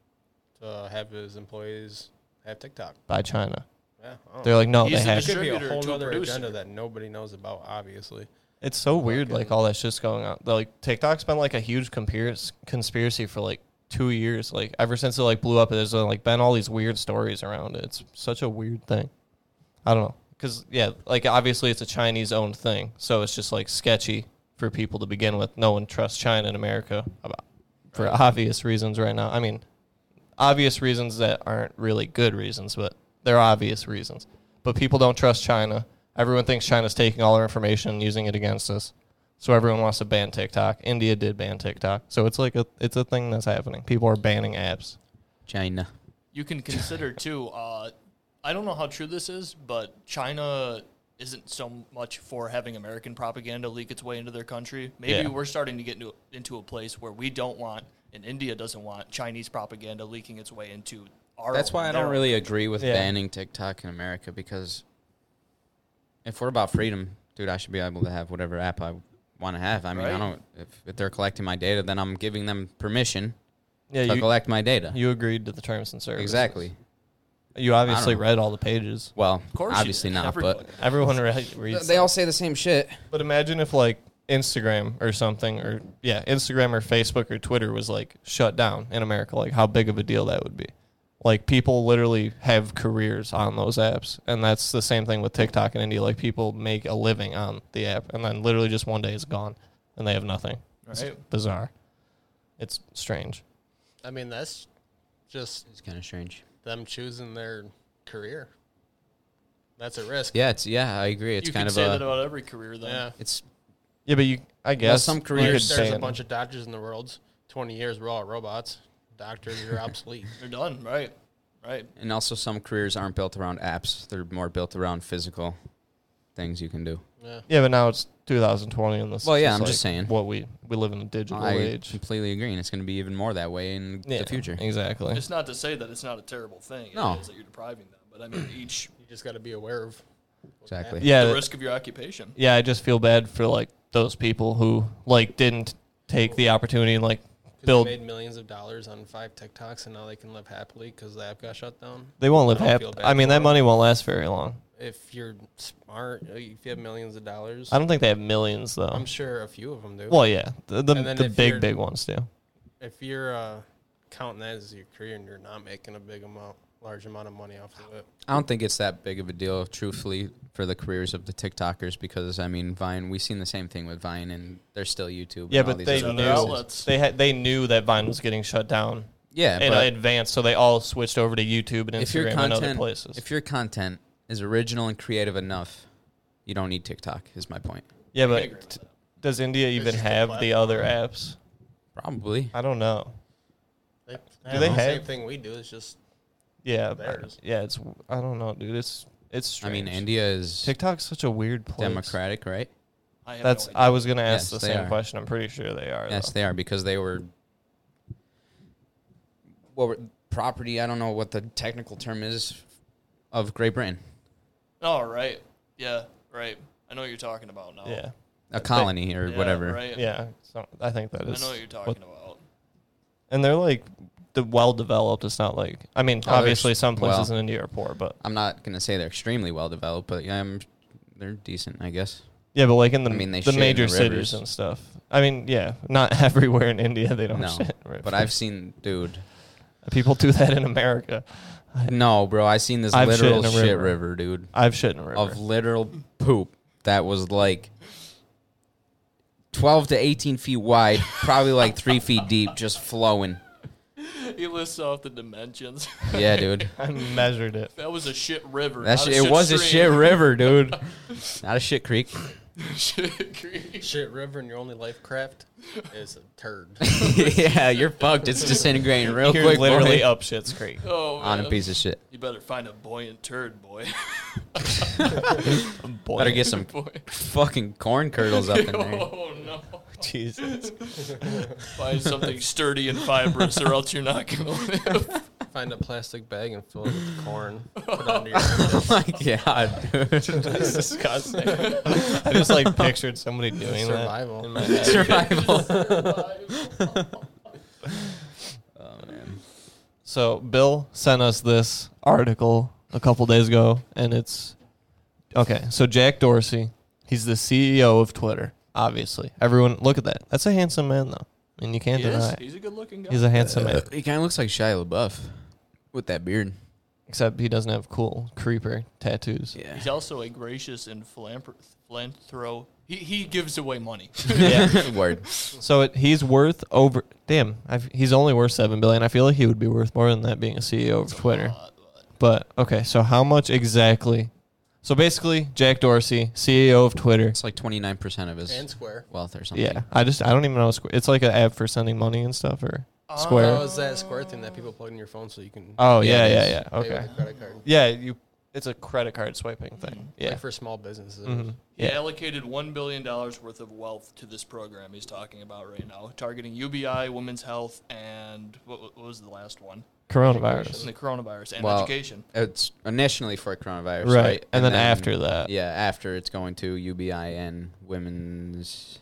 [SPEAKER 4] to have his employees have TikTok.
[SPEAKER 3] by China.
[SPEAKER 4] Yeah, I don't
[SPEAKER 3] They're like, "No,
[SPEAKER 2] He's
[SPEAKER 3] they
[SPEAKER 2] the
[SPEAKER 3] have."
[SPEAKER 4] It could be a
[SPEAKER 2] Distributor
[SPEAKER 4] whole
[SPEAKER 2] to a
[SPEAKER 4] other
[SPEAKER 2] producer.
[SPEAKER 4] agenda that nobody knows about, obviously.
[SPEAKER 3] It's so weird, like
[SPEAKER 4] Fucking-
[SPEAKER 3] all that shit's going on. Like TikTok's been like a huge compir- conspiracy for like two years. Like ever since it like blew up, there's uh, like been all these weird stories around it. It's such a weird thing. I don't know, cause yeah, like obviously it's a Chinese owned thing, so it's just like sketchy for people to begin with. No one trusts China and America about for obvious reasons right now. I mean, obvious reasons that aren't really good reasons, but they're obvious reasons. But people don't trust China. Everyone thinks China's taking all our information and using it against us. So everyone wants to ban TikTok. India did ban TikTok. So it's like a it's a thing that's happening. People are banning apps.
[SPEAKER 1] China.
[SPEAKER 2] You can
[SPEAKER 1] [LAUGHS]
[SPEAKER 2] consider too. Uh, I don't know how true this is, but China isn't so much for having American propaganda leak its way into their country. Maybe
[SPEAKER 3] Yeah.
[SPEAKER 2] we're starting to get into, into a place where we don't want, and India doesn't want Chinese propaganda leaking its way into our.
[SPEAKER 1] That's why I don't really agree with
[SPEAKER 3] Yeah.
[SPEAKER 1] banning TikTok in America because if we're about freedom, dude, I should be able to have whatever app I want to have. I mean, I
[SPEAKER 2] Right.
[SPEAKER 1] don't. If, if they're collecting my data, then I'm giving them permission
[SPEAKER 3] Yeah,
[SPEAKER 1] to
[SPEAKER 3] you,
[SPEAKER 1] collect my data.
[SPEAKER 3] you agreed to the terms and services.
[SPEAKER 1] exactly.
[SPEAKER 3] You obviously
[SPEAKER 1] know.
[SPEAKER 3] read all the pages.
[SPEAKER 1] Well, of
[SPEAKER 2] course
[SPEAKER 1] course
[SPEAKER 2] you
[SPEAKER 1] obviously
[SPEAKER 2] did.
[SPEAKER 1] not,
[SPEAKER 2] Everyone
[SPEAKER 1] but
[SPEAKER 3] Everyone read, reads.
[SPEAKER 1] they all say the same shit.
[SPEAKER 3] But imagine if like Instagram or something, or yeah, Instagram or Facebook or Twitter was like shut down in America. Like how big of a deal that would be. Like people literally have careers on those apps, and that's the same thing with TikTok in India. Like people make a living on the app, and then literally just one day it's gone, and they have nothing. It's
[SPEAKER 2] Right.
[SPEAKER 3] bizarre. It's strange.
[SPEAKER 4] I mean, that's just
[SPEAKER 1] It's kind of strange.
[SPEAKER 4] them choosing their career. That's a risk.
[SPEAKER 1] Yeah, it's yeah, I agree. It's
[SPEAKER 2] you
[SPEAKER 1] kind
[SPEAKER 2] can
[SPEAKER 1] of
[SPEAKER 2] say
[SPEAKER 1] a
[SPEAKER 2] that about every career, though.
[SPEAKER 4] Yeah.
[SPEAKER 1] it's
[SPEAKER 3] Yeah, but you, I guess
[SPEAKER 1] some
[SPEAKER 3] you
[SPEAKER 1] careers-
[SPEAKER 3] could
[SPEAKER 4] There's, there's a
[SPEAKER 3] ban-
[SPEAKER 4] bunch of doctors in the world. 20 years, we're all robots. Doctors, you're obsolete.
[SPEAKER 2] They're done. Right. Right.
[SPEAKER 1] and also some careers aren't built around apps. They're more built around physical things you can do.
[SPEAKER 4] Yeah.
[SPEAKER 3] Yeah, but now it's 2020, and this.
[SPEAKER 1] Well,
[SPEAKER 3] is
[SPEAKER 1] yeah, I'm just saying.
[SPEAKER 3] what we we live in a digital
[SPEAKER 1] I
[SPEAKER 3] age.
[SPEAKER 1] completely agree, and it's going to be even more that way in
[SPEAKER 3] Yeah,
[SPEAKER 1] the future.
[SPEAKER 3] exactly.
[SPEAKER 2] It's not to say that it's not a terrible thing.
[SPEAKER 1] No.
[SPEAKER 2] It is that you're depriving them. But I mean, each
[SPEAKER 4] You just got to be aware of.
[SPEAKER 1] Exactly.
[SPEAKER 3] yeah,
[SPEAKER 2] the
[SPEAKER 3] th-
[SPEAKER 2] risk of your occupation.
[SPEAKER 3] yeah. I just feel bad for like those people who like didn't take the opportunity and like
[SPEAKER 4] 'cause
[SPEAKER 3] build.
[SPEAKER 4] They made millions of dollars on five TikToks and now they can live happily because the app got shut down.
[SPEAKER 3] they won't live
[SPEAKER 4] I don't
[SPEAKER 3] happy.
[SPEAKER 4] feel bad
[SPEAKER 3] I mean,
[SPEAKER 4] for
[SPEAKER 3] that
[SPEAKER 4] them.
[SPEAKER 3] money won't last very long.
[SPEAKER 4] If you're smart, uh, if you have millions of dollars,
[SPEAKER 3] I don't think they have millions though.
[SPEAKER 4] I'm sure a few of them do.
[SPEAKER 3] well, yeah, the the,
[SPEAKER 4] And then
[SPEAKER 3] the
[SPEAKER 4] if
[SPEAKER 3] big
[SPEAKER 4] you're-
[SPEAKER 3] big ones do.
[SPEAKER 4] if you're uh, counting that as your career and you're not making a big amount, large amount of money off of it,
[SPEAKER 1] I don't think it's that big of a deal, truthfully, for the careers of the TikTokers because I mean, Vine. We've seen the same thing with Vine, and they're still YouTube.
[SPEAKER 3] Yeah,
[SPEAKER 1] and all
[SPEAKER 3] but
[SPEAKER 1] these
[SPEAKER 3] they
[SPEAKER 1] other
[SPEAKER 2] other
[SPEAKER 3] knew
[SPEAKER 2] outlets.
[SPEAKER 3] they had they knew that Vine was getting shut down
[SPEAKER 1] yeah.
[SPEAKER 3] in
[SPEAKER 1] but
[SPEAKER 3] advance, so they all switched over to YouTube and
[SPEAKER 1] if your
[SPEAKER 3] Instagram and other
[SPEAKER 1] content,
[SPEAKER 3] places.
[SPEAKER 1] if your content is original and creative enough, you don't need TikTok. Is my point.
[SPEAKER 2] I
[SPEAKER 3] yeah,
[SPEAKER 2] agree
[SPEAKER 3] but
[SPEAKER 2] with
[SPEAKER 3] t-
[SPEAKER 2] that.
[SPEAKER 3] does India even
[SPEAKER 4] just a
[SPEAKER 3] have the other apps?
[SPEAKER 1] Probably.
[SPEAKER 3] I don't know.
[SPEAKER 4] they,
[SPEAKER 3] they
[SPEAKER 4] the
[SPEAKER 3] have-
[SPEAKER 4] same thing we do. It's just
[SPEAKER 3] Yeah,
[SPEAKER 4] Theirs.
[SPEAKER 3] yeah. It's I don't know, dude. It's it's.
[SPEAKER 1] I mean,
[SPEAKER 3] strange.
[SPEAKER 1] India is
[SPEAKER 3] TikTok's such a weird place.
[SPEAKER 1] democratic, right?
[SPEAKER 2] I have
[SPEAKER 3] That's.
[SPEAKER 2] no idea.
[SPEAKER 3] I was gonna ask
[SPEAKER 1] Yes,
[SPEAKER 3] the
[SPEAKER 1] they
[SPEAKER 3] same
[SPEAKER 1] are.
[SPEAKER 3] question. I'm pretty sure they are.
[SPEAKER 1] Yes,
[SPEAKER 3] though.
[SPEAKER 1] they are because they were. What were, property? I don't know what the technical term is of Great Britain.
[SPEAKER 2] Oh, right. Yeah, right. I know what you're talking about now.
[SPEAKER 3] Yeah.
[SPEAKER 1] A colony or
[SPEAKER 2] Yeah,
[SPEAKER 1] whatever.
[SPEAKER 2] Right.
[SPEAKER 3] Yeah. So I think that
[SPEAKER 2] I
[SPEAKER 3] is.
[SPEAKER 2] know what you're talking about. [LAUGHS]
[SPEAKER 3] And they're like, the well developed. It's not like. I mean,
[SPEAKER 1] Oh,
[SPEAKER 3] obviously
[SPEAKER 1] there's-
[SPEAKER 3] some places
[SPEAKER 1] well.
[SPEAKER 3] in India are poor, but
[SPEAKER 1] I'm not gonna say they're extremely well developed, but yeah, I'm, they're decent, I guess.
[SPEAKER 3] yeah, but like in the
[SPEAKER 1] I mean, they
[SPEAKER 3] the
[SPEAKER 1] shit in
[SPEAKER 3] major
[SPEAKER 1] the
[SPEAKER 3] cities
[SPEAKER 1] rivers.
[SPEAKER 3] and stuff. I mean, yeah, not [LAUGHS] everywhere in India they don't.
[SPEAKER 1] no,
[SPEAKER 3] Oh, shit, right?
[SPEAKER 1] but I've seen, dude.
[SPEAKER 3] [LAUGHS] people do that in America.
[SPEAKER 1] No, bro, I seen this
[SPEAKER 3] I've shit
[SPEAKER 1] literal
[SPEAKER 3] in a
[SPEAKER 1] shit river,
[SPEAKER 3] river.
[SPEAKER 1] dude,
[SPEAKER 3] I've shit in a river.
[SPEAKER 1] of literal poop that was like. 12 to 18 feet wide, probably like three feet deep, just flowing.
[SPEAKER 2] He lists off the dimensions. [LAUGHS]
[SPEAKER 3] [LAUGHS]
[SPEAKER 1] Yeah, dude.
[SPEAKER 3] I measured it.
[SPEAKER 2] that was a shit river.
[SPEAKER 1] That
[SPEAKER 2] not
[SPEAKER 1] shit, it was a shit
[SPEAKER 2] stream.
[SPEAKER 3] [LAUGHS]
[SPEAKER 1] river, dude. Not a shit creek. [LAUGHS]
[SPEAKER 2] [LAUGHS] Shit creek.
[SPEAKER 4] shit river and your only life craft is a turd.
[SPEAKER 1] yeah, you're fucked. It's disintegrating [LAUGHS] real
[SPEAKER 3] You're
[SPEAKER 1] quick.
[SPEAKER 3] literally
[SPEAKER 1] boy.
[SPEAKER 3] up shit's
[SPEAKER 1] [LAUGHS]
[SPEAKER 3] creek.
[SPEAKER 2] Oh,
[SPEAKER 1] [LAUGHS] on a
[SPEAKER 2] man.
[SPEAKER 1] piece of shit.
[SPEAKER 2] You better find a buoyant turd, boy. [LAUGHS]
[SPEAKER 3] Boy,
[SPEAKER 1] Better get some
[SPEAKER 2] boy.
[SPEAKER 1] [LAUGHS] fucking corn curdles up in
[SPEAKER 2] [LAUGHS]
[SPEAKER 1] there.
[SPEAKER 2] Oh no!
[SPEAKER 3] [LAUGHS]
[SPEAKER 1] [LAUGHS]
[SPEAKER 3] Jesus.
[SPEAKER 2] Find something sturdy and fibrous, or else you're not gonna
[SPEAKER 1] [LAUGHS]
[SPEAKER 2] live.
[SPEAKER 4] Find a plastic bag and fill it with corn. Put
[SPEAKER 3] [LAUGHS]
[SPEAKER 4] it under
[SPEAKER 1] [LAUGHS]
[SPEAKER 4] your [LAUGHS]
[SPEAKER 1] Oh my god, dude.
[SPEAKER 3] That's disgusting. [LAUGHS] I just like pictured somebody doing that.
[SPEAKER 4] survival.
[SPEAKER 1] Survival.
[SPEAKER 3] So Bill sent us this article a couple days ago, and it's okay. So Jack Dorsey, he's the CEO of Twitter. Obviously, everyone look at that. That's a handsome man, though, and you can't
[SPEAKER 2] He
[SPEAKER 3] deny
[SPEAKER 2] is.
[SPEAKER 3] it.
[SPEAKER 2] He's a good-looking guy.
[SPEAKER 3] He's a handsome man,
[SPEAKER 1] He kind of looks like Shia LaBeouf with that beard.
[SPEAKER 3] except he doesn't have cool creeper tattoos.
[SPEAKER 1] Yeah. [LAUGHS]
[SPEAKER 2] He's also a gracious and philanthrop. philanthro- He, he gives away
[SPEAKER 1] [LAUGHS]
[SPEAKER 2] money. [LAUGHS]
[SPEAKER 1] Word.
[SPEAKER 3] So it, he's worth over. Damn, I've, he's only worth seven billion. I feel like he would E be worth more than that being a CEO of Twitter.
[SPEAKER 2] Uh,
[SPEAKER 3] But okay, so how much exactly? So basically, Jack Dorsey, CEO of Twitter.
[SPEAKER 1] It's like 29% of his
[SPEAKER 4] And Square.
[SPEAKER 1] wealth or something.
[SPEAKER 3] Yeah, I just I don't even know. Squ- It's like an app for sending money and stuff or Square.
[SPEAKER 4] Oh, That was that Square thing that people plug in your phone so you can
[SPEAKER 3] oh yeah,
[SPEAKER 1] yeah, it
[SPEAKER 3] yeah,
[SPEAKER 1] is.
[SPEAKER 3] yeah.
[SPEAKER 4] pay
[SPEAKER 3] Okay.
[SPEAKER 4] with a credit card.
[SPEAKER 3] Yeah, you. It's a credit card swiping thing. Yeah.
[SPEAKER 4] Mm, Like for small businesses.
[SPEAKER 3] Mhm.
[SPEAKER 2] He
[SPEAKER 3] Yeah.
[SPEAKER 2] allocated $1 billion worth of wealth to this program he's talking about right now, targeting UBI, women's health, and what, what was the last one?
[SPEAKER 3] Coronavirus.
[SPEAKER 2] The coronavirus and
[SPEAKER 1] Well,
[SPEAKER 2] education.
[SPEAKER 1] It's initially for coronavirus,
[SPEAKER 3] Right.
[SPEAKER 1] right?
[SPEAKER 3] And, then, after that.
[SPEAKER 1] yeah, after it's going to UBI and women's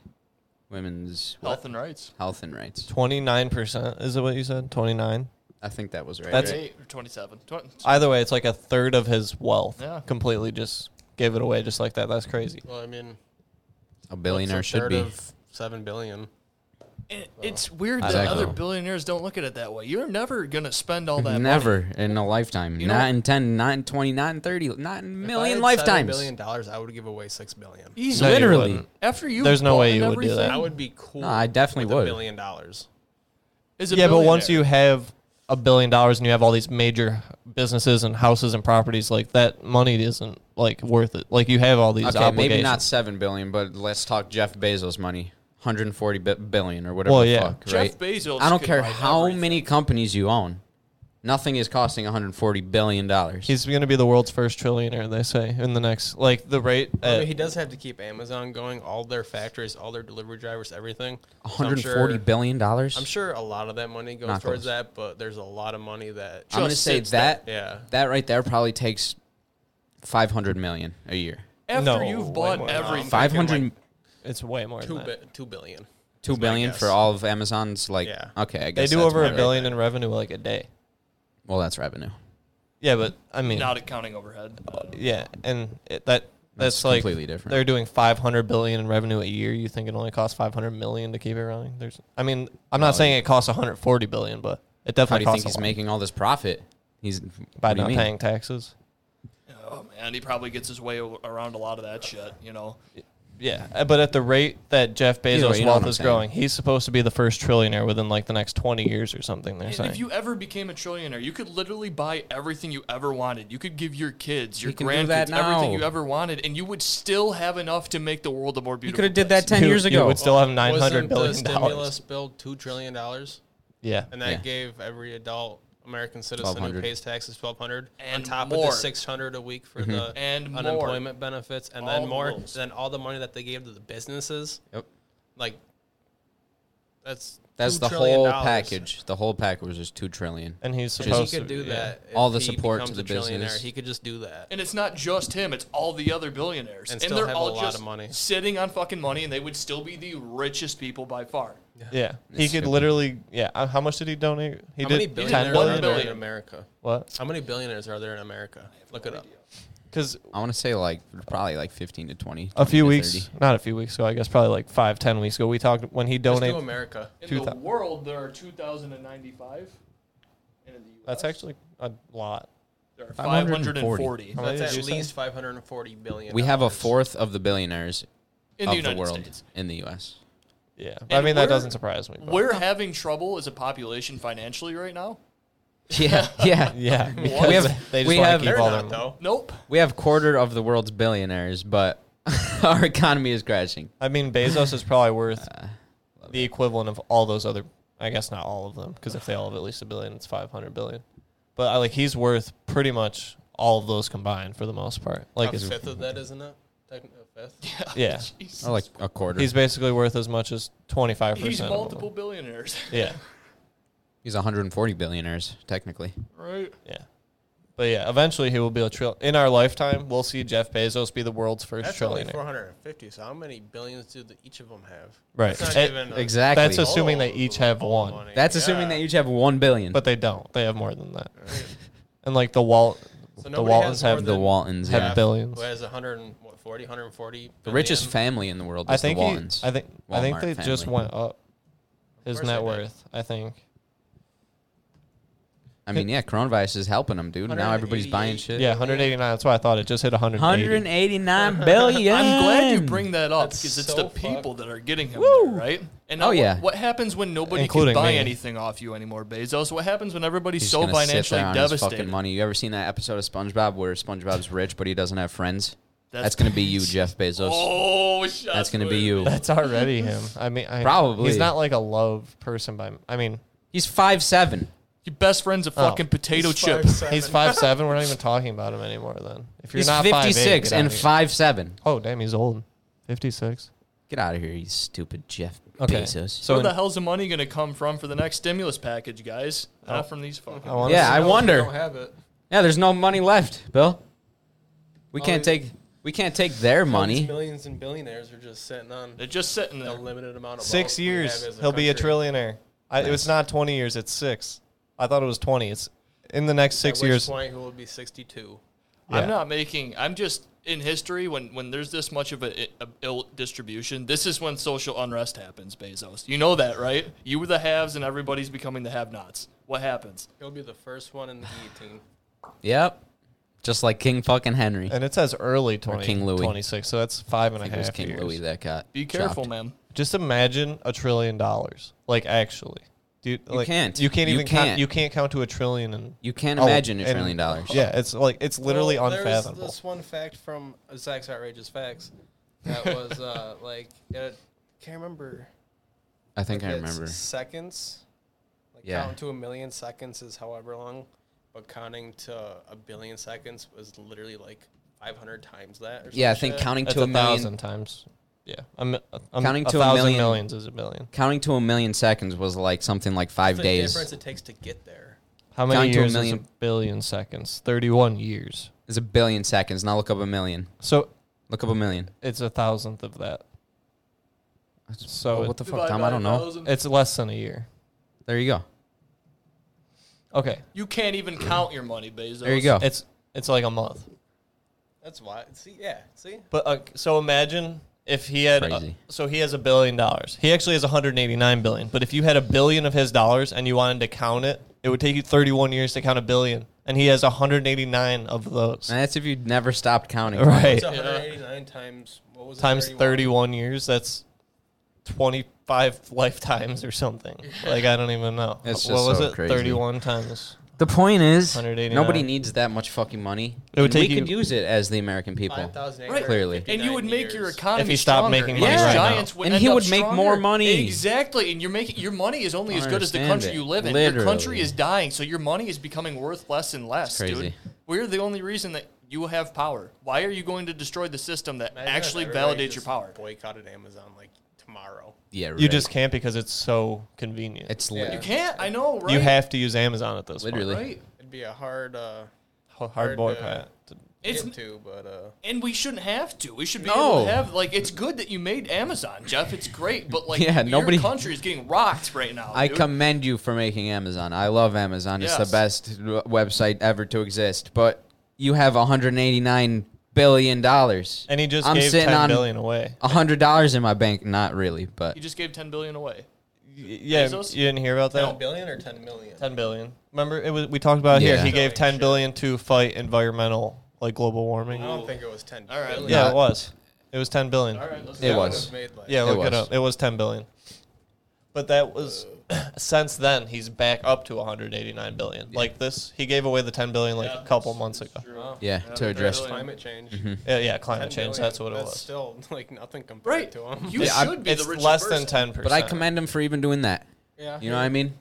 [SPEAKER 1] women's what?
[SPEAKER 2] Health and rights.
[SPEAKER 1] health and rights.
[SPEAKER 3] Twenty nine percent is it what you said? Twenty nine.
[SPEAKER 1] I think that was right.
[SPEAKER 3] That's-
[SPEAKER 1] right?
[SPEAKER 2] 28 or 27. Twen-
[SPEAKER 3] Either way, it's like a third of his wealth.
[SPEAKER 2] Yeah.
[SPEAKER 3] Completely just gave it away just like that. That's crazy.
[SPEAKER 4] Well, I mean,
[SPEAKER 1] a
[SPEAKER 4] what's
[SPEAKER 1] billionaire
[SPEAKER 4] a
[SPEAKER 1] should
[SPEAKER 4] third
[SPEAKER 1] be.
[SPEAKER 4] of seven billion.
[SPEAKER 2] It, it's weird that
[SPEAKER 1] Exactly.
[SPEAKER 2] other billionaires don't look at it that way. You're never going to spend all that money.
[SPEAKER 1] Never in a lifetime.
[SPEAKER 2] You know
[SPEAKER 1] not
[SPEAKER 2] what?
[SPEAKER 1] in 10, not in 20, not in 30, not in a
[SPEAKER 4] If I
[SPEAKER 1] million
[SPEAKER 4] had seven
[SPEAKER 1] lifetimes.
[SPEAKER 4] billion dollars, I would give away six billion.
[SPEAKER 2] He's
[SPEAKER 3] No, you
[SPEAKER 2] literally.
[SPEAKER 3] wouldn't.
[SPEAKER 2] After you
[SPEAKER 3] There's no
[SPEAKER 2] bought
[SPEAKER 3] way you
[SPEAKER 2] everything,
[SPEAKER 3] would do that.
[SPEAKER 4] I would be cool.
[SPEAKER 1] No, I definitely
[SPEAKER 4] with
[SPEAKER 1] would.
[SPEAKER 4] A billion dollars.
[SPEAKER 2] Is a
[SPEAKER 3] Yeah, but once you
[SPEAKER 2] billionaire.
[SPEAKER 3] have a billion dollars and you have all these major businesses and houses and properties, like that money isn't like worth it. Like you have all these
[SPEAKER 1] Okay,
[SPEAKER 3] obligations.
[SPEAKER 1] maybe not 7 billion, but let's talk Jeff Bezos money. 140 bi- billion or whatever
[SPEAKER 3] Well,
[SPEAKER 1] the
[SPEAKER 3] yeah.
[SPEAKER 1] fuck,
[SPEAKER 2] Jeff
[SPEAKER 1] right?
[SPEAKER 2] Bezos.
[SPEAKER 1] I don't
[SPEAKER 2] could
[SPEAKER 1] care
[SPEAKER 2] buy
[SPEAKER 1] how
[SPEAKER 2] everything.
[SPEAKER 1] many companies you own. Nothing is costing 140 billion dollars.
[SPEAKER 3] He's going to be the world's first trillionaire. They say in the next, like the rate.
[SPEAKER 4] I
[SPEAKER 3] At,
[SPEAKER 4] mean, he does have to keep Amazon going, all their factories, all their delivery drivers, everything. So I'm
[SPEAKER 1] 140
[SPEAKER 4] sure-
[SPEAKER 1] billion dollars.
[SPEAKER 4] I'm sure a lot of that money goes
[SPEAKER 1] Not those.
[SPEAKER 4] towards that, but there's a lot of money that.
[SPEAKER 1] I'm gonna
[SPEAKER 4] just
[SPEAKER 1] say
[SPEAKER 4] sits
[SPEAKER 1] that
[SPEAKER 4] there. Yeah.
[SPEAKER 1] that right there probably takes 500 million a year.
[SPEAKER 2] After
[SPEAKER 3] No,
[SPEAKER 2] you've
[SPEAKER 3] way
[SPEAKER 2] bought
[SPEAKER 4] more.
[SPEAKER 2] everything.
[SPEAKER 4] Fuck.
[SPEAKER 1] 500
[SPEAKER 4] like
[SPEAKER 3] it's way more.
[SPEAKER 4] Two
[SPEAKER 3] than
[SPEAKER 4] bi-
[SPEAKER 3] that.
[SPEAKER 4] two billion.
[SPEAKER 1] 2
[SPEAKER 4] my
[SPEAKER 1] billion
[SPEAKER 4] guess.
[SPEAKER 1] for all of Amazon's like
[SPEAKER 4] Yeah.
[SPEAKER 1] okay, I
[SPEAKER 3] They
[SPEAKER 1] guess
[SPEAKER 3] do
[SPEAKER 1] that's
[SPEAKER 3] over
[SPEAKER 1] my
[SPEAKER 3] a
[SPEAKER 1] right.
[SPEAKER 3] billion in revenue like a day.
[SPEAKER 1] Well, that's revenue.
[SPEAKER 3] Yeah, but I mean,
[SPEAKER 2] Not accounting overhead. Uh,
[SPEAKER 3] yeah, and it, that that's,
[SPEAKER 1] That's
[SPEAKER 3] like
[SPEAKER 1] completely different.
[SPEAKER 3] They're doing 500 billion in revenue a year. You think it only costs 500 million to keep it running? There's, I mean, I'm not
[SPEAKER 1] No,
[SPEAKER 3] saying
[SPEAKER 1] you-
[SPEAKER 3] it costs 140 billion, but it
[SPEAKER 1] How
[SPEAKER 3] definitely
[SPEAKER 1] do you think
[SPEAKER 3] costs a
[SPEAKER 1] he's
[SPEAKER 3] lot
[SPEAKER 1] making all this profit? He's
[SPEAKER 3] by
[SPEAKER 1] what do you
[SPEAKER 3] not
[SPEAKER 1] mean?
[SPEAKER 3] paying taxes.
[SPEAKER 2] Oh man, he probably gets his way o- around a lot of that shit. You know,
[SPEAKER 3] Yeah, uh, but at the rate that Jeff
[SPEAKER 1] Either
[SPEAKER 3] Bezos'
[SPEAKER 1] way, you know
[SPEAKER 3] wealth
[SPEAKER 1] what I'm
[SPEAKER 3] is
[SPEAKER 1] saying.
[SPEAKER 3] growing, he's supposed to be the first trillionaire within like the next 20 years or something. They're
[SPEAKER 2] And
[SPEAKER 3] saying.
[SPEAKER 2] if you ever became a trillionaire, you could literally buy everything you ever wanted. You could give your kids, your
[SPEAKER 1] He can do that
[SPEAKER 2] grandkids, everything
[SPEAKER 1] now.
[SPEAKER 2] you ever wanted, and you would still have enough to make the world a more beautiful.
[SPEAKER 1] could have did that
[SPEAKER 2] place.
[SPEAKER 1] 10
[SPEAKER 3] You-
[SPEAKER 1] years
[SPEAKER 3] you
[SPEAKER 1] ago.
[SPEAKER 3] would still have 900
[SPEAKER 4] Wasn't the
[SPEAKER 3] billion
[SPEAKER 4] stimulus
[SPEAKER 3] dollars.
[SPEAKER 4] bill two trillion dollars,
[SPEAKER 3] Yeah,
[SPEAKER 4] and that
[SPEAKER 1] Yeah.
[SPEAKER 4] gave every adult American citizen who
[SPEAKER 1] 1,200.
[SPEAKER 4] pays taxes twelve hundred on
[SPEAKER 2] And
[SPEAKER 4] top of
[SPEAKER 2] more.
[SPEAKER 4] the six hundred a week
[SPEAKER 1] Mm-hmm.
[SPEAKER 4] for the
[SPEAKER 2] And more.
[SPEAKER 4] unemployment benefits, and
[SPEAKER 2] All
[SPEAKER 4] then more,
[SPEAKER 2] rules.
[SPEAKER 4] then all the money that they gave to the businesses.
[SPEAKER 1] Yep.
[SPEAKER 4] Like that's
[SPEAKER 1] That's
[SPEAKER 4] $2
[SPEAKER 1] the
[SPEAKER 4] trillion
[SPEAKER 1] whole
[SPEAKER 4] dollars.
[SPEAKER 1] package. The whole package is 2 trillion.
[SPEAKER 3] and he's
[SPEAKER 4] And he
[SPEAKER 3] supposed to.
[SPEAKER 4] could do
[SPEAKER 3] yeah.
[SPEAKER 4] that. if
[SPEAKER 1] All the
[SPEAKER 4] he
[SPEAKER 1] support to
[SPEAKER 4] becomes
[SPEAKER 1] the
[SPEAKER 4] a trillionaire.
[SPEAKER 1] business.
[SPEAKER 4] He could just do that.
[SPEAKER 2] And it's not just him; it's all the other billionaires,
[SPEAKER 4] And still
[SPEAKER 2] they're
[SPEAKER 4] have a
[SPEAKER 2] all
[SPEAKER 4] lot
[SPEAKER 2] just
[SPEAKER 4] of money.
[SPEAKER 2] sitting on fucking money, and they would still be the richest people by far.
[SPEAKER 3] Yeah, he
[SPEAKER 1] It's
[SPEAKER 3] could
[SPEAKER 1] stupid.
[SPEAKER 3] literally. Yeah, uh, how much did he donate? He
[SPEAKER 4] How
[SPEAKER 3] did
[SPEAKER 4] many
[SPEAKER 3] 10
[SPEAKER 4] billionaires
[SPEAKER 2] one
[SPEAKER 4] are
[SPEAKER 3] billion.
[SPEAKER 4] there in
[SPEAKER 2] billion.
[SPEAKER 4] America?
[SPEAKER 3] What?
[SPEAKER 4] How many billionaires are there in America? Look it up.
[SPEAKER 3] Because
[SPEAKER 1] I want to say like probably like 15 to 20.
[SPEAKER 3] a few
[SPEAKER 1] 20 to
[SPEAKER 3] weeks,
[SPEAKER 1] 30.
[SPEAKER 3] not a few weeks ago, I guess probably like five, ten weeks ago, we talked when he
[SPEAKER 4] Just do
[SPEAKER 3] donated.
[SPEAKER 4] America.
[SPEAKER 2] In
[SPEAKER 3] Two
[SPEAKER 2] the
[SPEAKER 3] thou-
[SPEAKER 2] world, there are two thousand and ninety-five, and in the U.S.,
[SPEAKER 3] That's actually a lot.
[SPEAKER 2] there are five hundred
[SPEAKER 1] 540.
[SPEAKER 2] and forty
[SPEAKER 3] How many
[SPEAKER 4] That's
[SPEAKER 3] did
[SPEAKER 4] at
[SPEAKER 3] you say?
[SPEAKER 4] least five hundred and forty billion.
[SPEAKER 1] We have a
[SPEAKER 4] dollars.
[SPEAKER 1] fourth of the billionaires
[SPEAKER 2] in
[SPEAKER 1] of
[SPEAKER 2] the United
[SPEAKER 1] world
[SPEAKER 2] States.
[SPEAKER 1] in the US.
[SPEAKER 3] Yeah, but I
[SPEAKER 2] And
[SPEAKER 3] mean that
[SPEAKER 2] we're-
[SPEAKER 3] doesn't surprise me. but-
[SPEAKER 2] We're having trouble as a population financially right now.
[SPEAKER 1] Yeah. Yeah.
[SPEAKER 4] [LAUGHS]
[SPEAKER 3] yeah,
[SPEAKER 2] What?
[SPEAKER 3] because
[SPEAKER 1] We have-
[SPEAKER 3] they
[SPEAKER 1] we
[SPEAKER 3] just want
[SPEAKER 1] have-
[SPEAKER 3] to
[SPEAKER 4] They're
[SPEAKER 3] keep all
[SPEAKER 4] not
[SPEAKER 3] their.
[SPEAKER 4] though.
[SPEAKER 2] Nope.
[SPEAKER 1] We have quarter of the world's billionaires, but [LAUGHS] our economy is crashing.
[SPEAKER 3] I mean, Bezos is probably worth the equivalent of all those other. I guess not all of them, because if they all have at least a billion, it's five hundred billion. But I like he's worth pretty much all of those combined for the most part. [LAUGHS] Like,
[SPEAKER 4] a
[SPEAKER 3] it's,
[SPEAKER 4] fifth of that, isn't it? Technically a fifth.
[SPEAKER 3] yeah,
[SPEAKER 2] Jesus.
[SPEAKER 1] Or Oh, like a quarter.
[SPEAKER 3] he's
[SPEAKER 1] He's,
[SPEAKER 3] basically worth as much as twenty five percent.
[SPEAKER 2] He's multiple billionaires.
[SPEAKER 3] Yeah,
[SPEAKER 1] 140 billionaires technically.
[SPEAKER 2] Right.
[SPEAKER 3] yeah. But yeah, eventually he will be a trill. In our lifetime, we'll see Jeff Bezos be the world's first
[SPEAKER 4] That's only four
[SPEAKER 3] trillionaire.
[SPEAKER 4] hundred and fifty. So how many billions do the, each of them have?
[SPEAKER 3] Right.
[SPEAKER 4] That's not
[SPEAKER 3] It-
[SPEAKER 4] even a-
[SPEAKER 1] Exactly.
[SPEAKER 3] That's
[SPEAKER 1] That's,
[SPEAKER 3] assuming
[SPEAKER 4] all
[SPEAKER 3] they each
[SPEAKER 4] of
[SPEAKER 3] have
[SPEAKER 4] all
[SPEAKER 3] one.
[SPEAKER 4] Oh, money.
[SPEAKER 1] assuming
[SPEAKER 4] Yeah.
[SPEAKER 1] they each have 1 billion.
[SPEAKER 3] But they don't. They have more than that. And like the Walt,
[SPEAKER 4] So
[SPEAKER 3] the
[SPEAKER 4] nobody
[SPEAKER 3] Waltons
[SPEAKER 4] has more
[SPEAKER 3] have
[SPEAKER 4] than
[SPEAKER 3] the
[SPEAKER 1] the Waltons,
[SPEAKER 3] have
[SPEAKER 1] yeah.
[SPEAKER 4] Jeff,
[SPEAKER 3] billions.
[SPEAKER 4] Who has 140, 140
[SPEAKER 1] The richest
[SPEAKER 4] billion.
[SPEAKER 1] family in the world is
[SPEAKER 3] I think
[SPEAKER 1] the
[SPEAKER 3] he-
[SPEAKER 1] Waltons.
[SPEAKER 3] I think I think
[SPEAKER 1] Walmart
[SPEAKER 3] they just
[SPEAKER 1] family.
[SPEAKER 3] went up his
[SPEAKER 4] course
[SPEAKER 3] net
[SPEAKER 4] they did.
[SPEAKER 3] worth. I think
[SPEAKER 1] I mean, yeah, coronavirus is helping them, dude. Now everybody's buying
[SPEAKER 4] 188.
[SPEAKER 1] shit.
[SPEAKER 3] Yeah, 189. That's why I thought it just hit 180.
[SPEAKER 1] 189 billion.
[SPEAKER 2] I'm glad you bring that up
[SPEAKER 4] That's
[SPEAKER 2] because it's
[SPEAKER 4] so
[SPEAKER 2] the
[SPEAKER 4] fucked.
[SPEAKER 2] people that are getting him
[SPEAKER 1] Woo.
[SPEAKER 2] there, right? And
[SPEAKER 1] Oh,
[SPEAKER 2] now what-
[SPEAKER 1] yeah.
[SPEAKER 2] what, happens when nobody
[SPEAKER 3] Including
[SPEAKER 2] can buy
[SPEAKER 3] me.
[SPEAKER 2] anything off you anymore, Bezos? What happens when everybody's
[SPEAKER 1] He's
[SPEAKER 2] so
[SPEAKER 1] gonna sit
[SPEAKER 2] financially
[SPEAKER 1] there on his fucking
[SPEAKER 2] devastated?
[SPEAKER 1] money. You ever seen that episode of SpongeBob where SpongeBob's rich but he doesn't have friends? That's,
[SPEAKER 2] That's-
[SPEAKER 1] gonna be you, Jeff Bezos.
[SPEAKER 2] Oh, shit.
[SPEAKER 1] That's gonna be
[SPEAKER 3] [LAUGHS]
[SPEAKER 1] you.
[SPEAKER 3] That's already him. I mean, I,
[SPEAKER 1] Probably.
[SPEAKER 3] he's not like a love person. By I mean,
[SPEAKER 1] He's five seven.
[SPEAKER 2] Your best friend's a
[SPEAKER 1] Oh.
[SPEAKER 2] fucking potato chip.
[SPEAKER 3] he's five seven. We're not even talking about him anymore. Then if you're
[SPEAKER 1] He's
[SPEAKER 3] not
[SPEAKER 1] fifty
[SPEAKER 3] 56
[SPEAKER 1] six and five seven.
[SPEAKER 3] Oh damn, he's old. 56.
[SPEAKER 1] Get out of here, you stupid Jeff
[SPEAKER 3] Okay.
[SPEAKER 1] Bezos.
[SPEAKER 2] [LAUGHS]
[SPEAKER 3] So
[SPEAKER 2] Where
[SPEAKER 3] in-
[SPEAKER 2] the hell's the money going to come from for the next stimulus package, guys? Not from these fucking.
[SPEAKER 3] I wanna
[SPEAKER 1] yeah,
[SPEAKER 3] see-
[SPEAKER 1] I
[SPEAKER 4] don't
[SPEAKER 1] wonder.
[SPEAKER 4] have it.
[SPEAKER 1] Yeah, there's no money left, Bill. We
[SPEAKER 4] Oh,
[SPEAKER 1] can't
[SPEAKER 4] yeah.
[SPEAKER 1] take we can't take their
[SPEAKER 4] These
[SPEAKER 1] money.
[SPEAKER 4] millions and billionaires are just sitting on
[SPEAKER 2] They're just sitting
[SPEAKER 4] a
[SPEAKER 2] there.
[SPEAKER 4] limited amount of
[SPEAKER 3] six
[SPEAKER 4] wealth we
[SPEAKER 3] years.
[SPEAKER 4] have as
[SPEAKER 3] He'll be a
[SPEAKER 4] country.
[SPEAKER 3] trillionaire. I, It was not 20 years. It's six. I thought it was 20. It's in the next six
[SPEAKER 4] At which
[SPEAKER 3] years.
[SPEAKER 4] point he will be 62.
[SPEAKER 3] Yeah.
[SPEAKER 2] I'm not making. I'm just in history when when there's this much of a, a ill distribution. This is when social unrest happens, Bezos. You know that, right? You were the haves, and everybody's becoming the have-nots. What happens?
[SPEAKER 4] He'll be the first one in the E guillotine.
[SPEAKER 1] Yep. Just like King fucking Henry.
[SPEAKER 3] And it says early 20,
[SPEAKER 1] King Louis.
[SPEAKER 3] 26. So that's five and a
[SPEAKER 1] I think it was
[SPEAKER 3] half
[SPEAKER 1] King
[SPEAKER 3] years.
[SPEAKER 1] Louis that got
[SPEAKER 2] Be careful,
[SPEAKER 1] chopped.
[SPEAKER 2] man.
[SPEAKER 3] Just imagine a trillion dollars. Like actually, dude. You like,
[SPEAKER 1] can't.
[SPEAKER 3] You can't
[SPEAKER 1] You
[SPEAKER 3] even count.
[SPEAKER 1] can't.
[SPEAKER 3] you can't count to a trillion. And
[SPEAKER 1] You can't
[SPEAKER 3] oh,
[SPEAKER 1] imagine a
[SPEAKER 3] and-
[SPEAKER 1] trillion dollars.
[SPEAKER 3] Yeah, it's like it's [LAUGHS] literally
[SPEAKER 4] Well,
[SPEAKER 3] unfathomable.
[SPEAKER 4] There's this one fact from Zach's Outrageous Facts that was uh, [LAUGHS] like, I can't remember.
[SPEAKER 1] I think I
[SPEAKER 4] if it's
[SPEAKER 1] remember.
[SPEAKER 4] Seconds. Like
[SPEAKER 1] Yeah.
[SPEAKER 4] counting to a million seconds is however long, but counting to a billion seconds was literally like 500 times that. Or
[SPEAKER 1] Yeah, I
[SPEAKER 4] some
[SPEAKER 1] think
[SPEAKER 4] shit.
[SPEAKER 1] counting
[SPEAKER 3] That's
[SPEAKER 1] to a,
[SPEAKER 3] a,
[SPEAKER 1] million
[SPEAKER 3] thousand times. Yeah, I'm, I'm
[SPEAKER 1] Counting
[SPEAKER 3] a
[SPEAKER 1] to a
[SPEAKER 3] thousand
[SPEAKER 1] million-
[SPEAKER 3] millions is a billion.
[SPEAKER 1] counting to a million seconds was like something like five
[SPEAKER 4] the difference
[SPEAKER 1] days.
[SPEAKER 4] it takes to get there.
[SPEAKER 3] How many
[SPEAKER 1] Counting to a
[SPEAKER 3] years is a
[SPEAKER 1] million.
[SPEAKER 3] billion seconds? Thirty-one years.
[SPEAKER 1] It's a billion seconds. Now look up a million.
[SPEAKER 3] So
[SPEAKER 1] Look up a million.
[SPEAKER 3] it's a thousandth of that. So
[SPEAKER 1] Oh, what the fuck, Tom? I don't know.
[SPEAKER 3] it's less than a year.
[SPEAKER 1] There you go.
[SPEAKER 3] Okay,
[SPEAKER 2] You can't even count your money, Bezos.
[SPEAKER 1] There you go.
[SPEAKER 3] it's it's like a month.
[SPEAKER 4] That's why. See, yeah, see.
[SPEAKER 3] But uh, so imagine if he had. uh,
[SPEAKER 1] Crazy.
[SPEAKER 3] so he has a billion dollars. He actually has 189 billion. But if you had a billion of his dollars and you wanted to count it, it would take you 31 years to count a billion, and he has 189 of those.
[SPEAKER 1] And that's if you never stopped counting.
[SPEAKER 3] Right.
[SPEAKER 4] It's 189 times what was it,
[SPEAKER 3] Times 31 years. That's 25 lifetimes or something. Like I don't even know.
[SPEAKER 1] It's just
[SPEAKER 3] what was
[SPEAKER 1] so
[SPEAKER 3] it?
[SPEAKER 1] crazy.
[SPEAKER 3] 31 times.
[SPEAKER 1] The point is,
[SPEAKER 3] 189.
[SPEAKER 1] nobody needs that much fucking money.
[SPEAKER 3] It would
[SPEAKER 1] And we
[SPEAKER 3] take you-
[SPEAKER 1] could use it as the American people.
[SPEAKER 4] 5,859
[SPEAKER 1] Clearly.
[SPEAKER 2] And you would make your
[SPEAKER 4] years.
[SPEAKER 2] economy
[SPEAKER 3] If he stopped
[SPEAKER 2] stronger.
[SPEAKER 3] making
[SPEAKER 2] And
[SPEAKER 3] money
[SPEAKER 2] these
[SPEAKER 1] right now.
[SPEAKER 2] giants would
[SPEAKER 1] And
[SPEAKER 2] end
[SPEAKER 1] he
[SPEAKER 2] up
[SPEAKER 1] would make
[SPEAKER 2] stronger.
[SPEAKER 1] more money.
[SPEAKER 2] Exactly, and you're making your money is only
[SPEAKER 1] I
[SPEAKER 2] as good as the
[SPEAKER 1] understand
[SPEAKER 2] country
[SPEAKER 1] it.
[SPEAKER 2] you live in. Your
[SPEAKER 1] Literally.
[SPEAKER 2] country is dying, so your money is becoming worth less and less,
[SPEAKER 1] It's crazy.
[SPEAKER 2] dude. We're the only reason that you have power. Why are you going to destroy the system that
[SPEAKER 4] Imagine if
[SPEAKER 2] actually
[SPEAKER 4] everybody
[SPEAKER 2] validates your
[SPEAKER 4] just
[SPEAKER 2] power?
[SPEAKER 4] Boycotted Amazon like tomorrow.
[SPEAKER 1] Yeah, right.
[SPEAKER 3] You just can't because it's so convenient.
[SPEAKER 1] It's
[SPEAKER 4] Yeah.
[SPEAKER 1] lit.
[SPEAKER 2] You can't. I know, right?
[SPEAKER 3] You have to use Amazon at this
[SPEAKER 1] Literally.
[SPEAKER 3] point.
[SPEAKER 2] right.
[SPEAKER 4] It'd be a hard uh,
[SPEAKER 3] Hard,
[SPEAKER 4] Hard,
[SPEAKER 3] boycott.
[SPEAKER 2] It's
[SPEAKER 4] get to, but uh,
[SPEAKER 2] and we shouldn't have to. We should be
[SPEAKER 1] No.
[SPEAKER 2] able to have like it's good that you made Amazon, Jeff. It's great, but like
[SPEAKER 1] [LAUGHS] Yeah, nobody-
[SPEAKER 2] your country is getting rocked right now.
[SPEAKER 1] I
[SPEAKER 2] dude.
[SPEAKER 1] commend you for making Amazon. I love Amazon. It's
[SPEAKER 2] Yes.
[SPEAKER 1] the best w- website ever to exist. But you have 189 billion dollars,
[SPEAKER 3] And he just
[SPEAKER 1] I'm
[SPEAKER 3] gave
[SPEAKER 1] sitting
[SPEAKER 3] ten billion
[SPEAKER 1] on
[SPEAKER 3] away.
[SPEAKER 1] hundred dollars in my bank. Not really, but
[SPEAKER 2] You just gave ten billion away.
[SPEAKER 3] Yeah,
[SPEAKER 2] Bezos?
[SPEAKER 3] you didn't hear about that.
[SPEAKER 4] 10 billion or 10 million?
[SPEAKER 3] Ten billion. Remember, it was we talked about it
[SPEAKER 1] Yeah.
[SPEAKER 3] here. He gave
[SPEAKER 4] Holy
[SPEAKER 3] ten
[SPEAKER 4] shit.
[SPEAKER 3] billion to fight environmental, like global warming.
[SPEAKER 4] I don't think it was 10
[SPEAKER 2] All right,
[SPEAKER 4] billion.
[SPEAKER 3] Yeah,
[SPEAKER 1] Yeah.
[SPEAKER 3] it was. It was ten billion.
[SPEAKER 2] All right, let's
[SPEAKER 1] It
[SPEAKER 2] go.
[SPEAKER 1] was.
[SPEAKER 4] That Made like
[SPEAKER 3] Yeah,
[SPEAKER 1] It
[SPEAKER 3] look it,
[SPEAKER 1] was.
[SPEAKER 3] up. It was ten billion. But that was [CLEARS THROAT] since then he's back up to 189 billion. Like this, he gave away the 10 billion like
[SPEAKER 2] Yeah.
[SPEAKER 3] a couple months ago.
[SPEAKER 4] Wow.
[SPEAKER 1] yeah, to
[SPEAKER 2] Yeah,
[SPEAKER 1] address.
[SPEAKER 2] really.
[SPEAKER 4] Climate change.
[SPEAKER 3] Yeah, yeah, climate
[SPEAKER 4] 10
[SPEAKER 3] change.
[SPEAKER 4] billion,
[SPEAKER 3] That's what it
[SPEAKER 4] that's
[SPEAKER 3] was.
[SPEAKER 4] Still [LAUGHS] like nothing compared
[SPEAKER 2] Right.
[SPEAKER 4] to them.
[SPEAKER 2] You
[SPEAKER 1] Yeah, I-
[SPEAKER 2] should be
[SPEAKER 3] it's
[SPEAKER 2] the richest
[SPEAKER 3] less
[SPEAKER 2] person.
[SPEAKER 3] than 10. percent
[SPEAKER 1] But I commend him for even doing that.
[SPEAKER 4] yeah.
[SPEAKER 1] You know what I mean?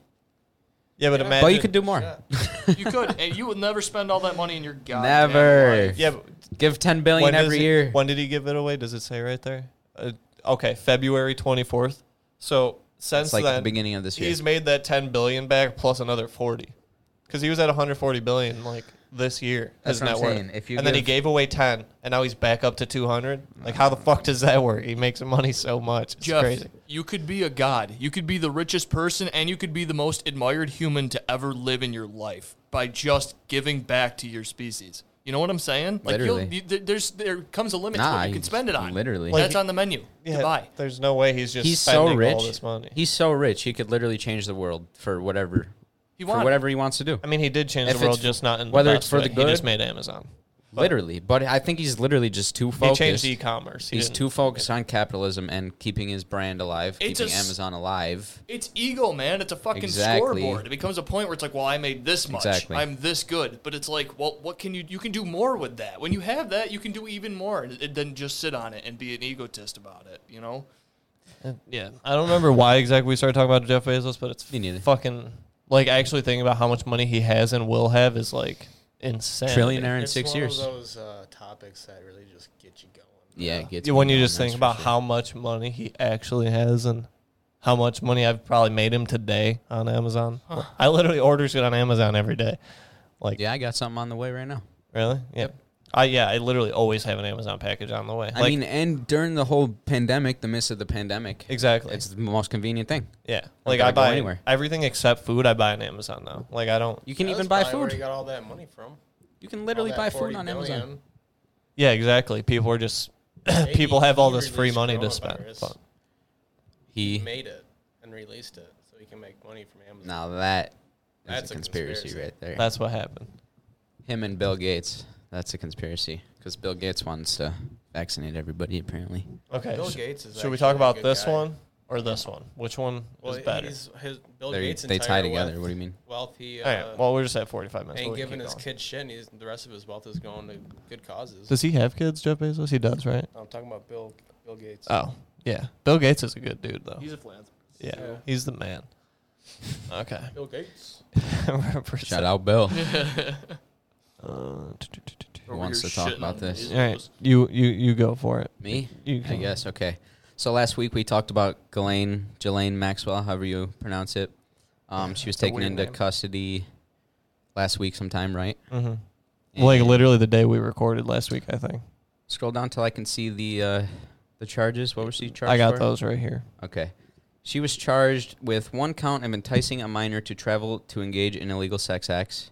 [SPEAKER 3] Yeah, but
[SPEAKER 4] Yeah.
[SPEAKER 3] imagine.
[SPEAKER 1] But you could do more.
[SPEAKER 4] Yeah.
[SPEAKER 2] You could, and you would never spend all that money in your goddamn
[SPEAKER 1] Never.
[SPEAKER 2] life.
[SPEAKER 3] Yeah, but
[SPEAKER 1] [LAUGHS] Give ten billion
[SPEAKER 3] when does
[SPEAKER 1] every
[SPEAKER 3] he-
[SPEAKER 1] year.
[SPEAKER 3] When did he give it away? Does it say right there? Uh, okay, February 24th. So since
[SPEAKER 1] It's like
[SPEAKER 3] then,
[SPEAKER 1] the beginning of this year.
[SPEAKER 3] he's made that 10 billion back plus another 40 because he was at 140 billion like this year
[SPEAKER 1] That's
[SPEAKER 3] his
[SPEAKER 1] what
[SPEAKER 3] net
[SPEAKER 1] I'm
[SPEAKER 3] worth.
[SPEAKER 1] saying. If you
[SPEAKER 3] and then he
[SPEAKER 1] give-
[SPEAKER 3] gave away 10 and now he's back up to 200 like how the fuck does that work he makes money so much it's
[SPEAKER 2] Jeff,
[SPEAKER 3] crazy
[SPEAKER 2] you could be a god. You could be the richest person, and you could be the most admired human to ever live in your life by just giving back to your species. You know what I'm saying? Like you'll-
[SPEAKER 1] Literally.
[SPEAKER 2] you, there- there's there comes a limit to
[SPEAKER 1] Nah,
[SPEAKER 2] what you can
[SPEAKER 1] he's-
[SPEAKER 2] spend it on.
[SPEAKER 1] literally.
[SPEAKER 2] that's on the menu.
[SPEAKER 3] yeah,
[SPEAKER 2] Goodbye.
[SPEAKER 3] there's no way he's just
[SPEAKER 1] he's so
[SPEAKER 3] spending
[SPEAKER 1] rich.
[SPEAKER 3] all this money
[SPEAKER 1] He's so rich. He could literally change the world for whatever
[SPEAKER 2] He
[SPEAKER 1] for
[SPEAKER 2] wanted.
[SPEAKER 1] whatever he wants to do.
[SPEAKER 3] I mean, he did change
[SPEAKER 1] If
[SPEAKER 3] the world,
[SPEAKER 1] it's-
[SPEAKER 3] just not in
[SPEAKER 1] whether
[SPEAKER 3] the
[SPEAKER 1] it's
[SPEAKER 3] best
[SPEAKER 1] for the
[SPEAKER 3] way. He just
[SPEAKER 1] good-
[SPEAKER 3] made Amazon.
[SPEAKER 1] literally, but I think he's literally just too focused.
[SPEAKER 3] He changed e-commerce. He
[SPEAKER 1] he's
[SPEAKER 3] didn't-
[SPEAKER 1] too focused on capitalism and keeping his brand alive,
[SPEAKER 2] It's
[SPEAKER 1] keeping
[SPEAKER 2] a s-
[SPEAKER 1] Amazon alive.
[SPEAKER 2] It's ego, man. It's a fucking
[SPEAKER 1] Exactly.
[SPEAKER 2] scoreboard. It becomes a point where it's like, well, I made this much.
[SPEAKER 1] Exactly.
[SPEAKER 2] I'm this good. But it's like, well, what can you you can do more with that? When you have that, you can do even more and- and then just sit on it and be an egotist about it, you know?
[SPEAKER 3] Yeah, I don't remember why exactly we started talking about Jeff Bezos, but it's
[SPEAKER 1] Me neither.
[SPEAKER 3] fucking like actually thinking about how much money he has and will have is like insane.
[SPEAKER 1] Trillionaire in
[SPEAKER 4] It's
[SPEAKER 1] six
[SPEAKER 4] one
[SPEAKER 1] years.
[SPEAKER 4] Of those uh, topics that really just get you going.
[SPEAKER 1] Yeah, it gets
[SPEAKER 3] when
[SPEAKER 1] me
[SPEAKER 3] you
[SPEAKER 1] going,
[SPEAKER 3] just
[SPEAKER 1] that's
[SPEAKER 3] think
[SPEAKER 1] for
[SPEAKER 3] about
[SPEAKER 1] sure.
[SPEAKER 3] how much money he actually has and how much money I've probably made him today on Amazon. I literally order shit on Amazon every day. Like,
[SPEAKER 1] Yeah, I got something on the way right now.
[SPEAKER 3] really? Yeah. I yeah, I literally always have an Amazon package on the way.
[SPEAKER 1] I
[SPEAKER 3] Like,
[SPEAKER 1] mean, and during the whole pandemic, the midst of the pandemic,
[SPEAKER 3] exactly.
[SPEAKER 1] it's the most convenient thing.
[SPEAKER 3] yeah.
[SPEAKER 1] I
[SPEAKER 3] Like
[SPEAKER 1] gotta
[SPEAKER 3] I
[SPEAKER 1] go
[SPEAKER 3] buy
[SPEAKER 1] anywhere.
[SPEAKER 3] everything except food. I buy on Amazon now. Like I don't.
[SPEAKER 1] You can
[SPEAKER 4] That's
[SPEAKER 1] even buy
[SPEAKER 4] probably Where he
[SPEAKER 1] food.
[SPEAKER 4] got all that money from? All
[SPEAKER 1] You can literally
[SPEAKER 4] that
[SPEAKER 1] buy food
[SPEAKER 4] 40
[SPEAKER 1] on
[SPEAKER 4] billion.
[SPEAKER 1] Amazon.
[SPEAKER 3] Yeah, exactly. People are just [CLEARS THROAT]
[SPEAKER 4] Hey,
[SPEAKER 3] people
[SPEAKER 4] he-
[SPEAKER 3] have all
[SPEAKER 4] he
[SPEAKER 3] this free
[SPEAKER 4] released
[SPEAKER 3] money to spend.
[SPEAKER 4] coronavirus.
[SPEAKER 3] Fuck.
[SPEAKER 4] He
[SPEAKER 1] He
[SPEAKER 4] made it and released it so he can make money from Amazon.
[SPEAKER 1] now that is
[SPEAKER 4] That's
[SPEAKER 1] a
[SPEAKER 4] a
[SPEAKER 1] conspiracy,
[SPEAKER 4] conspiracy.
[SPEAKER 1] right there.
[SPEAKER 3] That's what happened.
[SPEAKER 1] Him and Bill Gates. That's a conspiracy because Bill Gates wants to vaccinate everybody. Apparently,
[SPEAKER 3] Okay.
[SPEAKER 4] Bill
[SPEAKER 3] sh-
[SPEAKER 4] Gates is
[SPEAKER 3] should we
[SPEAKER 4] actually
[SPEAKER 3] talk
[SPEAKER 4] a
[SPEAKER 3] about
[SPEAKER 4] good
[SPEAKER 3] this
[SPEAKER 4] guy.
[SPEAKER 3] one or this one? Which one
[SPEAKER 4] Well,
[SPEAKER 3] is better?
[SPEAKER 4] he's- uh, his Bill
[SPEAKER 1] They're-
[SPEAKER 4] Gates
[SPEAKER 1] they tie
[SPEAKER 4] entire
[SPEAKER 1] together.
[SPEAKER 4] wealth-
[SPEAKER 1] What do you mean?
[SPEAKER 4] Wealth he uh,
[SPEAKER 3] All right. Well, we're just at 45 minutes.
[SPEAKER 4] ain't
[SPEAKER 3] we can
[SPEAKER 4] giving
[SPEAKER 3] keep
[SPEAKER 4] his
[SPEAKER 3] going.
[SPEAKER 4] kid shit. And he's, the rest of his wealth is going to good causes.
[SPEAKER 3] Does he have kids, Jeff Bezos? He does, right?
[SPEAKER 4] I'm talking about Bill Bill Gates.
[SPEAKER 1] Uh,
[SPEAKER 3] Oh, yeah. Bill Gates is a good dude, though.
[SPEAKER 2] He's a philanthropist.
[SPEAKER 3] yeah.
[SPEAKER 4] yeah.
[SPEAKER 3] He's the
[SPEAKER 4] [LAUGHS]
[SPEAKER 3] man. Okay. [LAUGHS]
[SPEAKER 4] Bill Gates.
[SPEAKER 3] We're
[SPEAKER 1] shout out Bill.
[SPEAKER 3] Uh, All
[SPEAKER 2] Over
[SPEAKER 1] wants
[SPEAKER 2] here
[SPEAKER 1] to talk
[SPEAKER 2] shitting
[SPEAKER 1] about
[SPEAKER 2] on
[SPEAKER 1] this.
[SPEAKER 2] Bezos.
[SPEAKER 3] right. You you you go for it.
[SPEAKER 1] Me?
[SPEAKER 3] You
[SPEAKER 1] I
[SPEAKER 3] can-
[SPEAKER 1] guess. Okay. So last week we talked about Ghislaine, Ghislaine Maxwell, however you pronounce it. Um, she was taken
[SPEAKER 3] weird
[SPEAKER 1] into
[SPEAKER 3] name.
[SPEAKER 1] custody last week sometime, right?
[SPEAKER 3] hmm Like
[SPEAKER 1] And
[SPEAKER 3] literally the day we recorded last week, I think.
[SPEAKER 1] Scroll down till I can see the uh, the charges. What was she charged
[SPEAKER 3] I got
[SPEAKER 1] for?
[SPEAKER 3] those right here.
[SPEAKER 1] Okay. She was charged with one count of enticing a minor to travel to engage in illegal sex acts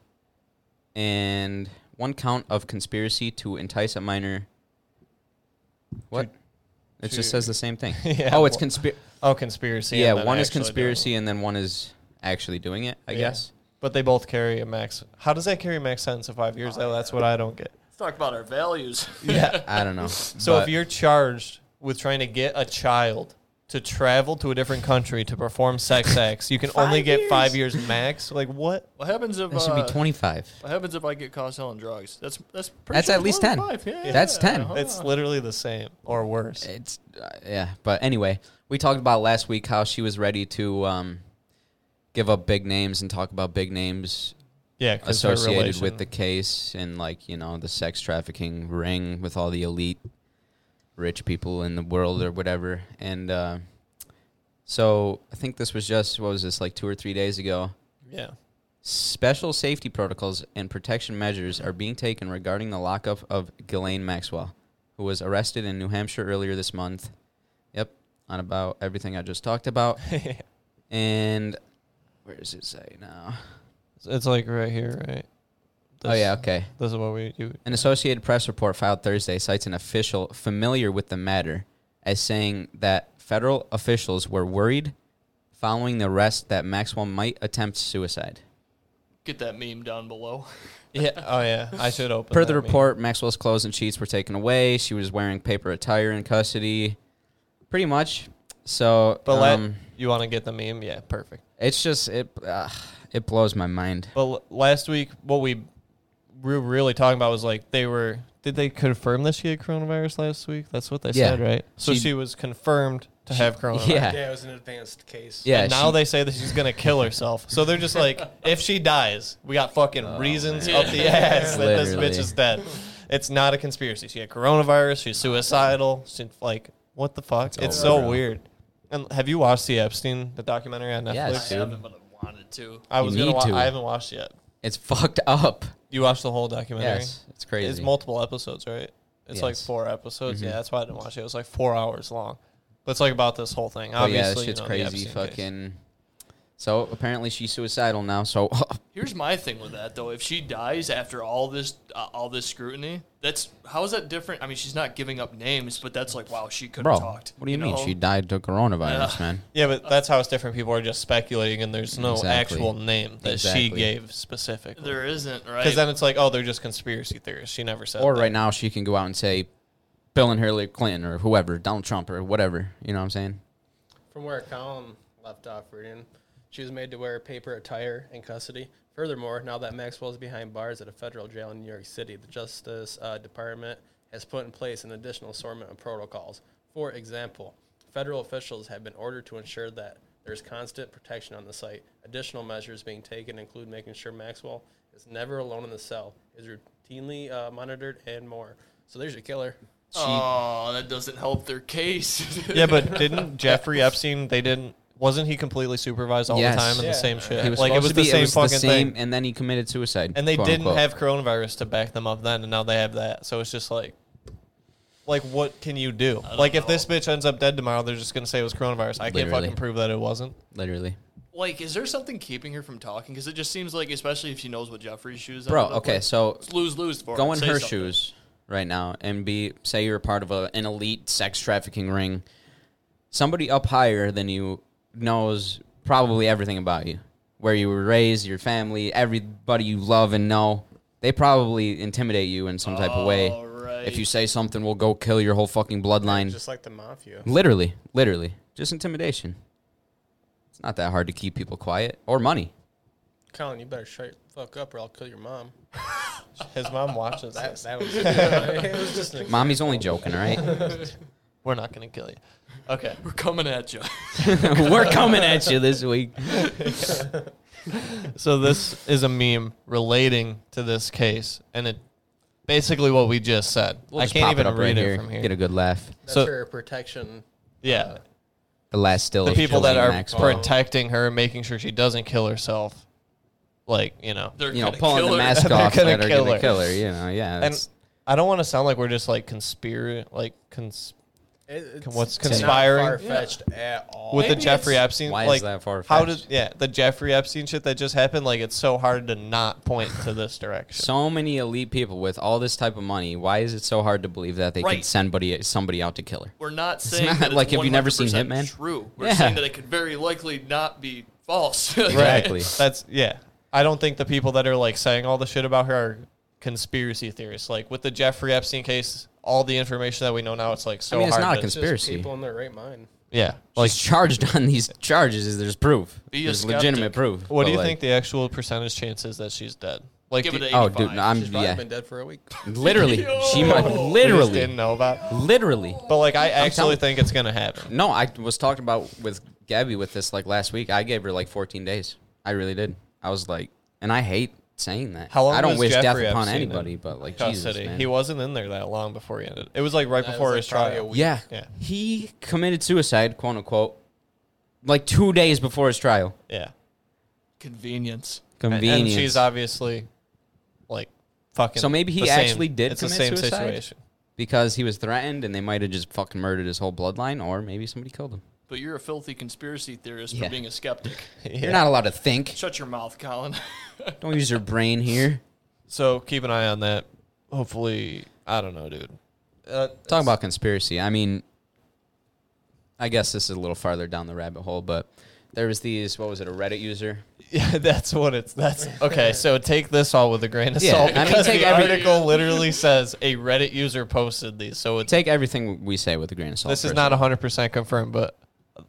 [SPEAKER 1] and one count of conspiracy to entice a minor. What? It just says the same thing.
[SPEAKER 3] [LAUGHS] Yeah,
[SPEAKER 1] oh, it's
[SPEAKER 3] well-
[SPEAKER 1] conspiracy.
[SPEAKER 3] Oh, conspiracy. and
[SPEAKER 1] Yeah,
[SPEAKER 3] then
[SPEAKER 1] one is
[SPEAKER 3] actually doing it.
[SPEAKER 1] conspiracy and then one is actually doing it, I
[SPEAKER 3] Yeah.
[SPEAKER 1] guess.
[SPEAKER 3] But they both carry a max. How does that carry a max sentence of five years? though? That's what I don't get.
[SPEAKER 2] Let's talk about our values.
[SPEAKER 3] [LAUGHS] Yeah.
[SPEAKER 1] I don't
[SPEAKER 3] [LAUGHS]
[SPEAKER 1] know.
[SPEAKER 3] so
[SPEAKER 1] But
[SPEAKER 3] if you're charged with trying to get a child to travel to a different country to perform
[SPEAKER 1] [LAUGHS]
[SPEAKER 3] sex acts, you can only
[SPEAKER 2] Five
[SPEAKER 3] get
[SPEAKER 2] years.
[SPEAKER 3] five years max. Like what?
[SPEAKER 2] [LAUGHS] What happens if
[SPEAKER 1] that should
[SPEAKER 2] uh,
[SPEAKER 1] be 25.
[SPEAKER 2] What happens if I get caught selling drugs? That's that's pretty
[SPEAKER 1] That's
[SPEAKER 2] sure
[SPEAKER 1] at
[SPEAKER 2] it's
[SPEAKER 1] least
[SPEAKER 2] more
[SPEAKER 1] 10.
[SPEAKER 2] than five. Yeah,
[SPEAKER 1] That's 10.
[SPEAKER 2] uh-huh.
[SPEAKER 3] It's literally the same or worse.
[SPEAKER 1] It's uh, yeah, but anyway, we talked about last week how she was ready to um, give up big names and talk about big names
[SPEAKER 3] Yeah, 'cause her
[SPEAKER 1] associated with
[SPEAKER 3] relation-
[SPEAKER 1] the case and like you know the sex trafficking ring with all the elite rich people in the world or whatever. And uh, so I think this was just what was this like two or three days ago.
[SPEAKER 3] yeah.
[SPEAKER 1] Special safety protocols and protection measures are being taken regarding the lockup of Ghislaine Maxwell, who was arrested in New Hampshire earlier this month. Yep, on about everything I just talked about. and where does it say now?
[SPEAKER 3] [LAUGHS] It's like right here, right?
[SPEAKER 1] oh, yeah, okay.
[SPEAKER 3] This is what we do.
[SPEAKER 1] An Associated Press report filed Thursday cites an official familiar with the matter as saying that federal officials were worried following the arrest that Maxwell might attempt suicide.
[SPEAKER 2] Get that meme down below.
[SPEAKER 3] Yeah. Oh yeah. I should open.
[SPEAKER 1] Per the
[SPEAKER 3] that meme.
[SPEAKER 1] report, Maxwell's clothes and sheets were taken away. She was wearing paper attire in custody, pretty much. So,
[SPEAKER 3] But let-
[SPEAKER 1] um,
[SPEAKER 3] you want to get the meme? Yeah. Perfect.
[SPEAKER 1] it's just it uh, it blows my mind.
[SPEAKER 3] But l- last week, what we were really talking about was like they were. Did they confirm that she had coronavirus last week? That's what they
[SPEAKER 1] Yeah.
[SPEAKER 3] said, right? So
[SPEAKER 1] She-
[SPEAKER 3] she, was confirmed to have coronavirus.
[SPEAKER 1] yeah.
[SPEAKER 4] Yeah, it was an advanced case.
[SPEAKER 1] Yeah,
[SPEAKER 3] And now
[SPEAKER 1] she-
[SPEAKER 3] they say that she's gonna kill herself. So they're just like, if she dies, we got fucking reasons
[SPEAKER 2] man.
[SPEAKER 3] up the ass that this
[SPEAKER 1] Oh, Literally.
[SPEAKER 3] bitch is dead. It's not a conspiracy. She had coronavirus. She's suicidal. She's like, what the fuck? It's,
[SPEAKER 1] over,
[SPEAKER 3] so
[SPEAKER 1] bro.
[SPEAKER 3] weird. And have you watched the Epstein, the documentary on Netflix?
[SPEAKER 2] I
[SPEAKER 1] Yes. Dude.
[SPEAKER 2] haven't, but I wanted to.
[SPEAKER 3] I was
[SPEAKER 1] You
[SPEAKER 3] gonna.
[SPEAKER 1] need
[SPEAKER 3] Wa-
[SPEAKER 1] to.
[SPEAKER 3] I haven't watched yet.
[SPEAKER 1] It's fucked up.
[SPEAKER 3] You watched the whole documentary.
[SPEAKER 1] Yes, it's crazy.
[SPEAKER 3] It's multiple episodes, right? It's like
[SPEAKER 1] Yes. Mm-hmm.
[SPEAKER 3] four episodes. Yeah, that's why I didn't watch it. It was like four hours long. But it's like about this whole thing.
[SPEAKER 1] But
[SPEAKER 3] Obviously,
[SPEAKER 1] Oh, yeah, that
[SPEAKER 3] you
[SPEAKER 1] shit's
[SPEAKER 3] know, the
[SPEAKER 1] crazy.
[SPEAKER 3] Epstein case.
[SPEAKER 1] Fucking So apparently she's suicidal now. So [LAUGHS]
[SPEAKER 2] Here's my thing with that though. If she dies after all this uh, all this scrutiny, that's how is that different? I mean, she's not giving up names, but that's like wow, she could
[SPEAKER 1] bro,
[SPEAKER 2] have talked.
[SPEAKER 1] what do you, mean
[SPEAKER 2] know?
[SPEAKER 1] she died to coronavirus,
[SPEAKER 2] Yeah.
[SPEAKER 1] man?
[SPEAKER 3] Yeah, but that's how it's different. People are just speculating, and there's no
[SPEAKER 1] Exactly.
[SPEAKER 3] actual name that she
[SPEAKER 1] Exactly.
[SPEAKER 3] gave specifically.
[SPEAKER 2] There isn't right.
[SPEAKER 3] Because then it's like, oh, they're just conspiracy theorists. She never said.
[SPEAKER 1] Or
[SPEAKER 3] that.
[SPEAKER 1] right now she can go out and say Bill and Hillary Clinton or whoever, Donald Trump or whatever. You know what I'm saying?
[SPEAKER 4] From where Colin left off reading, she was made to wear paper attire in custody. Furthermore, now that Maxwell is behind bars at a federal jail in New York City, the Justice uh, Department has put in place an additional assortment of protocols. For example, federal officials have been ordered to ensure that there's constant protection on the site. Additional measures being taken include making sure Maxwell is never alone in the cell, is routinely uh, monitored, and more. So there's your killer.
[SPEAKER 1] She,
[SPEAKER 2] oh, that doesn't help their case.
[SPEAKER 1] [LAUGHS]
[SPEAKER 3] Yeah, but didn't [LAUGHS] Jeffrey Epstein? They didn't. Wasn't he completely supervised all
[SPEAKER 1] Yes.
[SPEAKER 3] the time and
[SPEAKER 4] Yeah.
[SPEAKER 3] the same shit?
[SPEAKER 1] he was
[SPEAKER 3] like it
[SPEAKER 1] supposed
[SPEAKER 3] was
[SPEAKER 1] to
[SPEAKER 3] the
[SPEAKER 1] be-
[SPEAKER 3] same
[SPEAKER 1] was
[SPEAKER 3] fucking thing.
[SPEAKER 1] and then he committed suicide.
[SPEAKER 3] And they
[SPEAKER 1] quote,
[SPEAKER 3] didn't
[SPEAKER 1] unquote.
[SPEAKER 3] have coronavirus to back them up then, and now they have that. So it's just like, like what can you do?
[SPEAKER 2] don't
[SPEAKER 3] Like if this
[SPEAKER 2] know.
[SPEAKER 3] bitch ends up dead tomorrow, they're just gonna say it was coronavirus. I can't
[SPEAKER 1] Literally.
[SPEAKER 3] fucking prove that it wasn't.
[SPEAKER 1] literally.
[SPEAKER 2] [LAUGHS] like, is there something keeping her from talking? Because it just seems like, especially if she knows what Jeffrey's shoes.
[SPEAKER 1] Bro,
[SPEAKER 2] ended up
[SPEAKER 1] okay,
[SPEAKER 2] with,
[SPEAKER 1] so
[SPEAKER 2] it's lose lose for
[SPEAKER 1] go
[SPEAKER 2] her.
[SPEAKER 1] in
[SPEAKER 2] Say
[SPEAKER 1] her
[SPEAKER 2] something.
[SPEAKER 1] shoes right now and be say you're a part of a, an elite sex trafficking ring somebody up higher than you knows probably everything about you where you were raised your family everybody you love and know they probably intimidate you in some type of way
[SPEAKER 2] All right.
[SPEAKER 1] if you say something we'll go kill your whole fucking bloodline
[SPEAKER 4] Just like the mafia.
[SPEAKER 1] literally literally just intimidation it's not that hard to keep people quiet or money
[SPEAKER 4] Colin, you better shut your fuck up or I'll kill your mom.
[SPEAKER 3] His mom watches
[SPEAKER 4] That,
[SPEAKER 3] this.
[SPEAKER 4] that was, [LAUGHS] it was just an
[SPEAKER 1] mommy's only joking all right
[SPEAKER 3] We're not gonna kill you. Okay.
[SPEAKER 2] we're coming at you. [LAUGHS]
[SPEAKER 3] [LAUGHS]
[SPEAKER 1] we're coming at you this week
[SPEAKER 3] So this is a meme relating to this case, and it basically what we just said. I can't even read it from here.
[SPEAKER 1] Get a good laugh.
[SPEAKER 4] That's
[SPEAKER 3] So-
[SPEAKER 4] her protection.
[SPEAKER 3] yeah,
[SPEAKER 1] The last still.
[SPEAKER 3] the
[SPEAKER 1] of
[SPEAKER 3] people that
[SPEAKER 1] Ghislaine
[SPEAKER 3] are
[SPEAKER 1] Maxwell.
[SPEAKER 3] protecting her, making sure she doesn't kill herself. Like you know,
[SPEAKER 2] They're
[SPEAKER 1] you know,
[SPEAKER 2] gonna
[SPEAKER 1] pulling
[SPEAKER 2] kill
[SPEAKER 1] the
[SPEAKER 2] her.
[SPEAKER 3] [LAUGHS]
[SPEAKER 1] mask
[SPEAKER 3] They're
[SPEAKER 1] off
[SPEAKER 3] gonna
[SPEAKER 1] that are
[SPEAKER 3] kill
[SPEAKER 1] gonna
[SPEAKER 3] her.
[SPEAKER 1] kill her. You know, yeah.
[SPEAKER 3] and
[SPEAKER 1] that's-
[SPEAKER 3] I don't want to sound like we're just like conspira like cons
[SPEAKER 4] It, it's
[SPEAKER 3] what's
[SPEAKER 4] not
[SPEAKER 3] conspiring?
[SPEAKER 4] far-fetched at all.
[SPEAKER 3] with
[SPEAKER 2] Maybe
[SPEAKER 3] the Jeffrey
[SPEAKER 2] it's-
[SPEAKER 3] Epstein.
[SPEAKER 1] why is
[SPEAKER 3] like,
[SPEAKER 1] that far-fetched?
[SPEAKER 3] How did yeah the Jeffrey Epstein shit that just happened? Like it's so hard to not point to this direction.
[SPEAKER 1] so many elite people with all this type of money. Why is it so hard to believe that they can
[SPEAKER 2] Right.
[SPEAKER 1] send buddy, somebody out to kill her?
[SPEAKER 2] [LAUGHS] We're not saying
[SPEAKER 1] not
[SPEAKER 2] that it's
[SPEAKER 1] like, have you never seen
[SPEAKER 2] 100%
[SPEAKER 1] Hitman?
[SPEAKER 2] True. We're
[SPEAKER 1] Yeah.
[SPEAKER 2] saying that it could very likely not be
[SPEAKER 1] [LAUGHS]
[SPEAKER 2] false.
[SPEAKER 1] Exactly.
[SPEAKER 3] Right. That's yeah. I don't think the people that are like saying all the shit about her are conspiracy theorists. Like with the Jeffrey Epstein case, all the information that we know now, it's like so
[SPEAKER 1] I mean, it's
[SPEAKER 3] hard.
[SPEAKER 1] not a
[SPEAKER 3] to-
[SPEAKER 4] It's just
[SPEAKER 1] conspiracy.
[SPEAKER 4] people in their right mind.
[SPEAKER 3] yeah.
[SPEAKER 1] Like charged on these charges is there's proof.
[SPEAKER 2] Be a
[SPEAKER 1] there's
[SPEAKER 2] skeptic.
[SPEAKER 1] legitimate proof.
[SPEAKER 3] What
[SPEAKER 1] but,
[SPEAKER 3] do you
[SPEAKER 1] like-
[SPEAKER 3] think the actual percentage chance is that she's dead? Like
[SPEAKER 2] Give
[SPEAKER 3] do-
[SPEAKER 2] it a
[SPEAKER 1] Oh, dude,
[SPEAKER 2] 85.
[SPEAKER 1] I'm
[SPEAKER 4] She's probably
[SPEAKER 1] yeah.
[SPEAKER 4] been dead for a week.
[SPEAKER 3] [LAUGHS]
[SPEAKER 1] Literally, she
[SPEAKER 2] Yo.
[SPEAKER 1] might
[SPEAKER 3] we just didn't
[SPEAKER 1] literally,
[SPEAKER 3] know about.
[SPEAKER 1] literally.
[SPEAKER 3] But like, I actually
[SPEAKER 1] telling-
[SPEAKER 3] think it's gonna happen.
[SPEAKER 1] No, I was talking about with Gabby with this like last week. I gave her like 14 days. I really did. I was like, and I hate saying that.
[SPEAKER 3] How long
[SPEAKER 1] I don't
[SPEAKER 3] was
[SPEAKER 1] wish
[SPEAKER 3] Jeffrey
[SPEAKER 1] death upon
[SPEAKER 3] Epstein in
[SPEAKER 1] anybody, but like Jesus,
[SPEAKER 3] Custody.
[SPEAKER 1] man.
[SPEAKER 3] He wasn't in there that long before he ended. It was like right
[SPEAKER 4] That was,
[SPEAKER 3] before
[SPEAKER 4] like,
[SPEAKER 3] his
[SPEAKER 4] probably a
[SPEAKER 3] trial.
[SPEAKER 4] week.
[SPEAKER 1] yeah.
[SPEAKER 3] Yeah.
[SPEAKER 1] he committed suicide, quote unquote, like two days before his trial.
[SPEAKER 3] Yeah.
[SPEAKER 2] Convenience.
[SPEAKER 3] And-
[SPEAKER 1] Convenience.
[SPEAKER 3] And she's obviously like fucking.
[SPEAKER 1] So maybe he
[SPEAKER 3] the same-
[SPEAKER 1] actually did
[SPEAKER 3] It's the
[SPEAKER 1] commit
[SPEAKER 3] same
[SPEAKER 1] suicide?
[SPEAKER 3] situation. [LAUGHS]
[SPEAKER 1] because he was threatened, and they might have just fucking murdered his whole bloodline, or maybe somebody killed him.
[SPEAKER 2] But you're a filthy conspiracy theorist
[SPEAKER 1] Yeah.
[SPEAKER 2] for being a skeptic.
[SPEAKER 3] Yeah.
[SPEAKER 1] You're not allowed to think.
[SPEAKER 2] Shut your mouth, Colin. [LAUGHS]
[SPEAKER 1] Don't use your brain here.
[SPEAKER 3] So keep an eye on that. Hopefully, I don't know, dude. [LAUGHS] Uh,
[SPEAKER 1] Talking about conspiracy, I mean, I guess this is a little farther down the rabbit hole, but there was these. What was it? A Reddit user.
[SPEAKER 3] yeah, that's what it's. That's [LAUGHS] okay. So take this all with a grain of
[SPEAKER 1] Yeah,
[SPEAKER 3] salt
[SPEAKER 1] I mean,
[SPEAKER 3] because
[SPEAKER 1] take
[SPEAKER 3] the
[SPEAKER 1] every-
[SPEAKER 3] article literally says a Reddit user posted these. So it's
[SPEAKER 1] Take everything we say with a grain of salt.
[SPEAKER 3] this is
[SPEAKER 1] first
[SPEAKER 3] not
[SPEAKER 1] of all.
[SPEAKER 3] hundred percent confirmed, but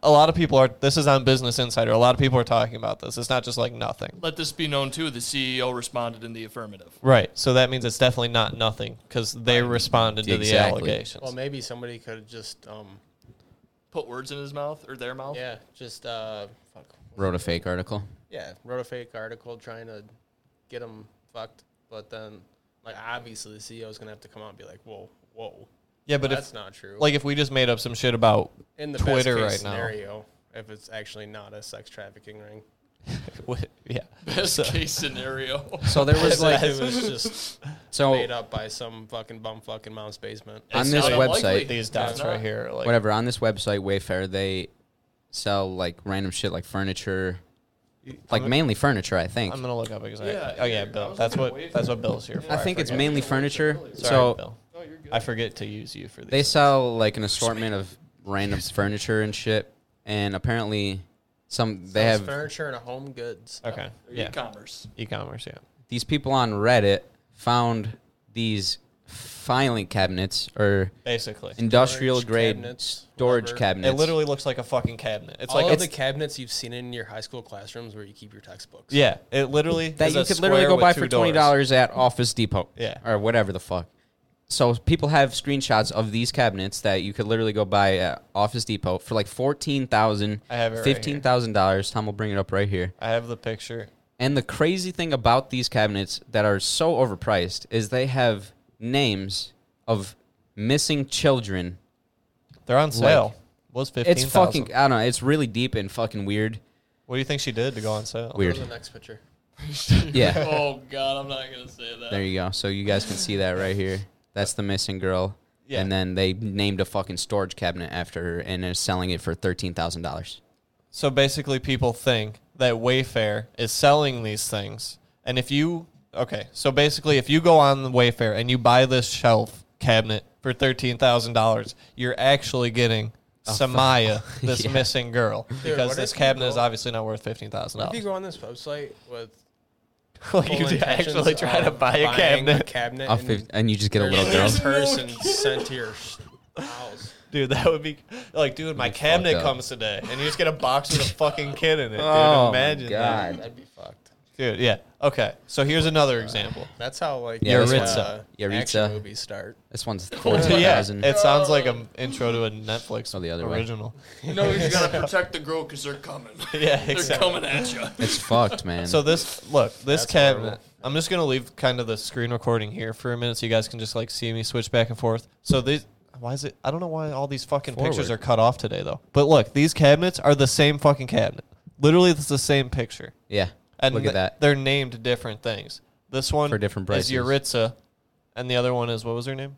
[SPEAKER 3] a lot of people are. This is on Business Insider. A lot of people are talking about this. It's not just like nothing.
[SPEAKER 2] Let this be known too. The CEO responded in the affirmative.
[SPEAKER 3] Right. So that means it's definitely not nothing because they responded to
[SPEAKER 1] Exactly.
[SPEAKER 3] the allegations.
[SPEAKER 4] Well, maybe somebody could have just, um,
[SPEAKER 2] Put words in his mouth or their mouth.
[SPEAKER 4] yeah, just, uh, fuck.
[SPEAKER 1] wrote a fake article.
[SPEAKER 4] Yeah, wrote a fake article trying to get them fucked. But then, like, obviously the CEO's going to have to come out and be like, whoa, whoa.
[SPEAKER 3] yeah, but
[SPEAKER 4] that's
[SPEAKER 3] if
[SPEAKER 4] not true.
[SPEAKER 3] like if we just made up some shit about
[SPEAKER 4] in the
[SPEAKER 3] Twitter
[SPEAKER 4] best case
[SPEAKER 3] right now.
[SPEAKER 4] scenario, if it's actually not a sex trafficking ring.
[SPEAKER 3] [LAUGHS] yeah,
[SPEAKER 2] Best case scenario.
[SPEAKER 1] So there
[SPEAKER 3] [LAUGHS]
[SPEAKER 1] was
[SPEAKER 4] It's like
[SPEAKER 1] like
[SPEAKER 4] [LAUGHS] it was just
[SPEAKER 1] so
[SPEAKER 3] Oh.
[SPEAKER 4] made up by some fucking bum fucking mom's basement.
[SPEAKER 2] It's
[SPEAKER 1] On this
[SPEAKER 2] not
[SPEAKER 1] website-
[SPEAKER 2] unlikely.
[SPEAKER 3] these dots
[SPEAKER 2] It's
[SPEAKER 3] right
[SPEAKER 2] not.
[SPEAKER 3] here, are like
[SPEAKER 1] whatever on this website Wayfair they sell like random shit like furniture, Like mainly furniture, I think.
[SPEAKER 3] I'm gonna look up exactly.
[SPEAKER 2] Yeah,
[SPEAKER 3] oh yeah,
[SPEAKER 2] here. I
[SPEAKER 3] Bill.
[SPEAKER 2] was
[SPEAKER 3] That's
[SPEAKER 2] looking
[SPEAKER 3] what
[SPEAKER 2] away
[SPEAKER 3] that's
[SPEAKER 2] from
[SPEAKER 3] what Bill's here for.
[SPEAKER 1] I think it's
[SPEAKER 3] forget.
[SPEAKER 1] mainly furniture.
[SPEAKER 3] Sorry,
[SPEAKER 1] so
[SPEAKER 3] Bill.
[SPEAKER 2] No, Oh, you're good.
[SPEAKER 3] I forget to use you for these.
[SPEAKER 1] they sell like an assortment of random furniture and shit, and apparently some they
[SPEAKER 4] Sells
[SPEAKER 1] have
[SPEAKER 4] furniture and home goods.
[SPEAKER 3] okay. Yeah.
[SPEAKER 2] E-commerce.
[SPEAKER 3] E-commerce. Yeah.
[SPEAKER 1] these people on Reddit found these filing cabinets or
[SPEAKER 3] Basically,
[SPEAKER 1] industrial grade
[SPEAKER 4] cabinets,
[SPEAKER 1] storage
[SPEAKER 4] whatever.
[SPEAKER 3] it
[SPEAKER 1] cabinets.
[SPEAKER 3] literally looks like a fucking cabinet. It's
[SPEAKER 4] All
[SPEAKER 3] like
[SPEAKER 4] of
[SPEAKER 3] it's,
[SPEAKER 4] the cabinets you've seen in your high school classrooms where you keep your textbooks.
[SPEAKER 3] yeah. It literally
[SPEAKER 1] that
[SPEAKER 3] is
[SPEAKER 1] you
[SPEAKER 3] a
[SPEAKER 1] could literally
[SPEAKER 3] square
[SPEAKER 1] go
[SPEAKER 3] with
[SPEAKER 1] buy
[SPEAKER 3] two
[SPEAKER 1] for twenty
[SPEAKER 3] doors.
[SPEAKER 1] dollars at Office Depot,
[SPEAKER 3] Yeah.
[SPEAKER 1] or whatever the fuck. So people have screenshots of these cabinets that you could literally go buy at Office Depot for like fourteen thousand,
[SPEAKER 3] I have it right here.
[SPEAKER 1] fifteen thousand dollars. Tom will bring it up right here.
[SPEAKER 3] I have the picture.
[SPEAKER 1] And the crazy thing about these cabinets that are so overpriced is they have names of missing children.
[SPEAKER 3] They're on sale. was fifteen.
[SPEAKER 1] It's fucking I don't know. It's really deep and fucking weird.
[SPEAKER 3] What do you think she did to go on sale?
[SPEAKER 4] Go
[SPEAKER 3] [LAUGHS]
[SPEAKER 4] to
[SPEAKER 1] Weird.
[SPEAKER 4] the next picture.
[SPEAKER 1] Yeah.
[SPEAKER 2] Oh God, I'm not gonna say that.
[SPEAKER 1] There you go. So you guys can see that right here. That's the missing girl.
[SPEAKER 3] Yeah.
[SPEAKER 1] And then they named a fucking storage cabinet after her and they're selling it for thirteen thousand dollars.
[SPEAKER 3] So basically, people think that Wayfair is selling these things. And if you, okay, so basically, if you go on the Wayfair and you buy this shelf cabinet for $13,000, you're actually getting Samaya,
[SPEAKER 1] [LAUGHS]
[SPEAKER 3] this
[SPEAKER 1] Yeah.
[SPEAKER 3] missing girl, because
[SPEAKER 4] what
[SPEAKER 3] this
[SPEAKER 4] if you
[SPEAKER 3] cabinet
[SPEAKER 4] go-
[SPEAKER 3] is obviously not worth
[SPEAKER 4] If you
[SPEAKER 3] $15,000.
[SPEAKER 4] go on this website with
[SPEAKER 3] [LAUGHS] Like,
[SPEAKER 4] full
[SPEAKER 3] you
[SPEAKER 4] intentions
[SPEAKER 3] actually try to
[SPEAKER 4] of
[SPEAKER 3] buy a
[SPEAKER 4] buying
[SPEAKER 3] cabinet.
[SPEAKER 4] cabinet
[SPEAKER 1] Off fif- and you just get a
[SPEAKER 4] there's
[SPEAKER 1] little
[SPEAKER 3] [LAUGHS]
[SPEAKER 1] girl.
[SPEAKER 4] this person sent to your house.
[SPEAKER 3] Dude, that would be like, dude, my
[SPEAKER 1] fucked
[SPEAKER 3] cabinet
[SPEAKER 1] up.
[SPEAKER 3] comes today, and you just get a box with a fucking kid in it. Dude,
[SPEAKER 1] [LAUGHS] Oh, my
[SPEAKER 3] imagine that.
[SPEAKER 1] God.
[SPEAKER 4] That'd be fucked.
[SPEAKER 3] Dude, yeah. Okay, so here's another example.
[SPEAKER 4] That's how like
[SPEAKER 1] Yeah,
[SPEAKER 4] those,
[SPEAKER 3] Yaritza.
[SPEAKER 1] Yaritza.
[SPEAKER 4] action movies start.
[SPEAKER 1] This one's
[SPEAKER 3] Well, [LAUGHS]
[SPEAKER 1] fourteen
[SPEAKER 3] yeah,
[SPEAKER 1] thousand.
[SPEAKER 3] it sounds like an intro to a Netflix
[SPEAKER 1] Oh, the other way.
[SPEAKER 3] original.
[SPEAKER 2] No, you gotta protect the girl because they're coming.
[SPEAKER 3] Yeah,
[SPEAKER 2] they're
[SPEAKER 3] exactly.
[SPEAKER 2] coming at you.
[SPEAKER 1] it's fucked, man.
[SPEAKER 3] So this look, this
[SPEAKER 4] That's
[SPEAKER 3] cabinet.
[SPEAKER 4] horrible.
[SPEAKER 3] I'm just gonna leave kind of the screen recording here for a minute, so you guys can just like see me switch back and forth. So these, why is it? I don't know why all these fucking pictures are
[SPEAKER 1] Forward.
[SPEAKER 3] cut off today though. But look, these cabinets are the same fucking cabinet. Literally, it's the same picture.
[SPEAKER 1] yeah.
[SPEAKER 3] And
[SPEAKER 1] Look
[SPEAKER 3] th-
[SPEAKER 1] at that.
[SPEAKER 3] They're named different things. This one
[SPEAKER 1] For different
[SPEAKER 3] is
[SPEAKER 1] prices.
[SPEAKER 3] Yuritsa, and the other one is what was her name?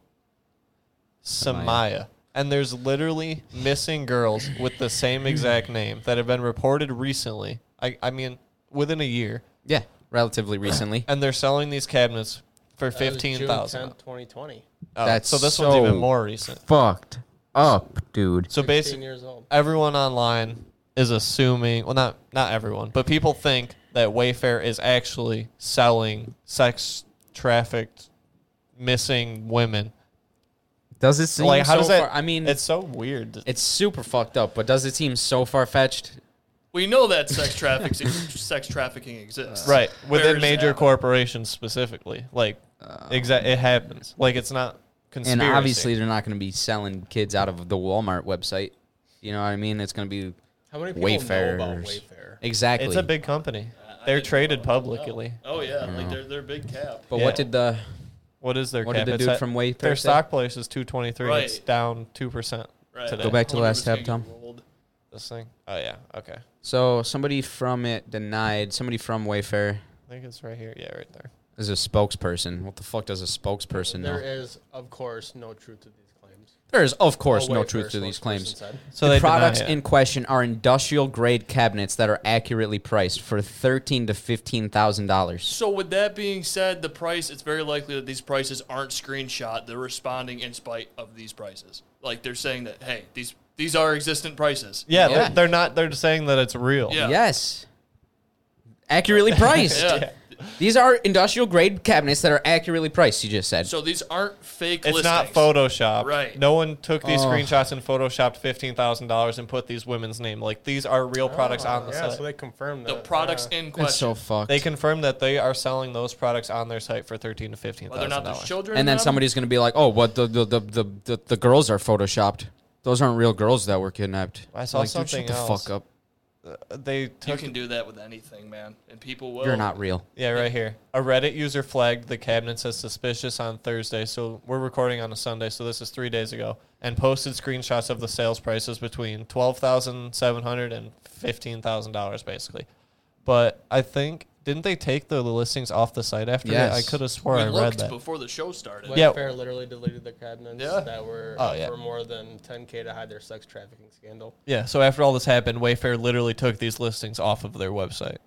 [SPEAKER 1] Samaya.
[SPEAKER 3] Samaya. And there's literally missing girls with the same exact name that have been reported recently. I, I mean, within a year,
[SPEAKER 1] Yeah. Relatively recently.
[SPEAKER 3] and they're selling these cabinets for
[SPEAKER 4] That was
[SPEAKER 3] fifteen
[SPEAKER 4] June
[SPEAKER 3] thousand. Oh,
[SPEAKER 4] 10th, 2020.
[SPEAKER 1] That's
[SPEAKER 3] so this
[SPEAKER 1] so-
[SPEAKER 3] one's even more recent.
[SPEAKER 1] fucked up, dude.
[SPEAKER 3] So
[SPEAKER 4] 16
[SPEAKER 3] basically,
[SPEAKER 4] years old.
[SPEAKER 3] everyone online is assuming well not not everyone but people think that wayfair is actually selling sex trafficked missing women
[SPEAKER 1] Does it seem
[SPEAKER 3] like how
[SPEAKER 1] so
[SPEAKER 3] does that
[SPEAKER 1] far- I mean,
[SPEAKER 3] it's
[SPEAKER 1] it's
[SPEAKER 3] so weird
[SPEAKER 1] it's super fucked up, but does it seem so far fetched?
[SPEAKER 2] We know that sex trafficking sex trafficking exists.
[SPEAKER 3] right within
[SPEAKER 2] Where's
[SPEAKER 3] major
[SPEAKER 2] that?
[SPEAKER 3] corporations specifically like exa- it happens like it's not
[SPEAKER 1] Uh, And
[SPEAKER 3] conspiracy
[SPEAKER 1] obviously, they're not going to be selling kids out of the Walmart website. You know what I mean? It's going to be
[SPEAKER 4] How many people
[SPEAKER 1] Wayfarers.
[SPEAKER 4] know about Wayfair?
[SPEAKER 1] exactly.
[SPEAKER 3] it's a big company
[SPEAKER 2] Uh, I
[SPEAKER 3] they're
[SPEAKER 2] didn't
[SPEAKER 3] traded
[SPEAKER 2] know about that.
[SPEAKER 3] publicly
[SPEAKER 2] Oh yeah, like they're they're big cap.
[SPEAKER 1] But
[SPEAKER 3] yeah.
[SPEAKER 1] what did the
[SPEAKER 3] what is their
[SPEAKER 1] What did
[SPEAKER 3] cap?
[SPEAKER 1] the
[SPEAKER 3] It's
[SPEAKER 1] dude
[SPEAKER 3] at-
[SPEAKER 1] from Wayfair
[SPEAKER 3] their
[SPEAKER 1] say?
[SPEAKER 3] stock price is 223 it's
[SPEAKER 2] Right.
[SPEAKER 3] down 2%
[SPEAKER 2] Right.
[SPEAKER 3] today
[SPEAKER 1] Go back to the last tab,
[SPEAKER 2] 100%
[SPEAKER 1] Tom.
[SPEAKER 2] rolled.
[SPEAKER 3] this thing oh yeah okay
[SPEAKER 1] so somebody from it denied somebody from Wayfair
[SPEAKER 3] I think it's right here. Yeah, right there.
[SPEAKER 1] is a spokesperson. What the fuck does a spokesperson know?
[SPEAKER 4] There is, of course, no truth to these claims.
[SPEAKER 1] There is, of course,
[SPEAKER 4] A
[SPEAKER 1] no
[SPEAKER 4] Wayfair
[SPEAKER 1] truth to these
[SPEAKER 4] spokesperson
[SPEAKER 1] claims.
[SPEAKER 4] said.
[SPEAKER 3] So
[SPEAKER 1] the products in question are industrial grade cabinets that are accurately priced for thirteen to fifteen thousand dollars.
[SPEAKER 2] So with that being said, the price it's very likely that these prices aren't screenshot. They're responding in spite of these prices. Like they're saying that hey, these these are existent prices.
[SPEAKER 3] yeah,
[SPEAKER 1] Yeah.
[SPEAKER 3] They're, they're not. They're just saying that it's real.
[SPEAKER 2] Yeah.
[SPEAKER 1] Yes, accurately priced.
[SPEAKER 2] Yeah.
[SPEAKER 1] These are industrial grade cabinets that are accurately priced. You just said.
[SPEAKER 2] So these aren't fake
[SPEAKER 3] It's not
[SPEAKER 2] listings.
[SPEAKER 3] Photoshop.
[SPEAKER 2] Right.
[SPEAKER 3] No one took these
[SPEAKER 1] Oh.
[SPEAKER 3] screenshots and photoshopped fifteen thousand dollars and put these women's name. Like these are real products on the
[SPEAKER 4] Oh, Yeah,
[SPEAKER 3] site.
[SPEAKER 4] so they confirmed that.
[SPEAKER 2] The products
[SPEAKER 4] yeah.
[SPEAKER 2] in question.
[SPEAKER 1] That's so fucked.
[SPEAKER 3] they confirm that they are selling those products on their site for thirteen to fifteen
[SPEAKER 2] whether or not
[SPEAKER 3] thousand
[SPEAKER 2] there's
[SPEAKER 3] dollars.
[SPEAKER 2] children. in
[SPEAKER 1] and then
[SPEAKER 2] them,
[SPEAKER 1] somebody's gonna be like, "Oh, what the the, the the the the girls are photoshopped. Those aren't real girls that were kidnapped."
[SPEAKER 3] I saw
[SPEAKER 1] like, dude,
[SPEAKER 3] something
[SPEAKER 1] shut the
[SPEAKER 3] else.
[SPEAKER 1] fuck up.
[SPEAKER 3] They
[SPEAKER 2] You
[SPEAKER 3] took.
[SPEAKER 2] can do that with anything, man, and people will.
[SPEAKER 1] You're not real.
[SPEAKER 3] yeah, right here. A Reddit user flagged the cabinets as suspicious on Thursday. So we're recording on a Sunday, so this is three days ago, and posted screenshots of the sales prices between twelve thousand seven hundred and fifteen thousand dollars, basically. But I think didn't they take the listings off the site after that? I
[SPEAKER 1] Yes.
[SPEAKER 3] could have sworn
[SPEAKER 2] We
[SPEAKER 3] I read
[SPEAKER 2] looked
[SPEAKER 3] that.
[SPEAKER 2] before the show started.
[SPEAKER 3] Yeah.
[SPEAKER 4] Wayfair literally deleted the cabinets
[SPEAKER 2] Yeah.
[SPEAKER 4] that were
[SPEAKER 3] Oh,
[SPEAKER 4] up
[SPEAKER 3] yeah.
[SPEAKER 4] for more than 10K to hide their sex trafficking scandal.
[SPEAKER 3] Yeah. So after all this happened, Wayfair literally took these listings off of their website.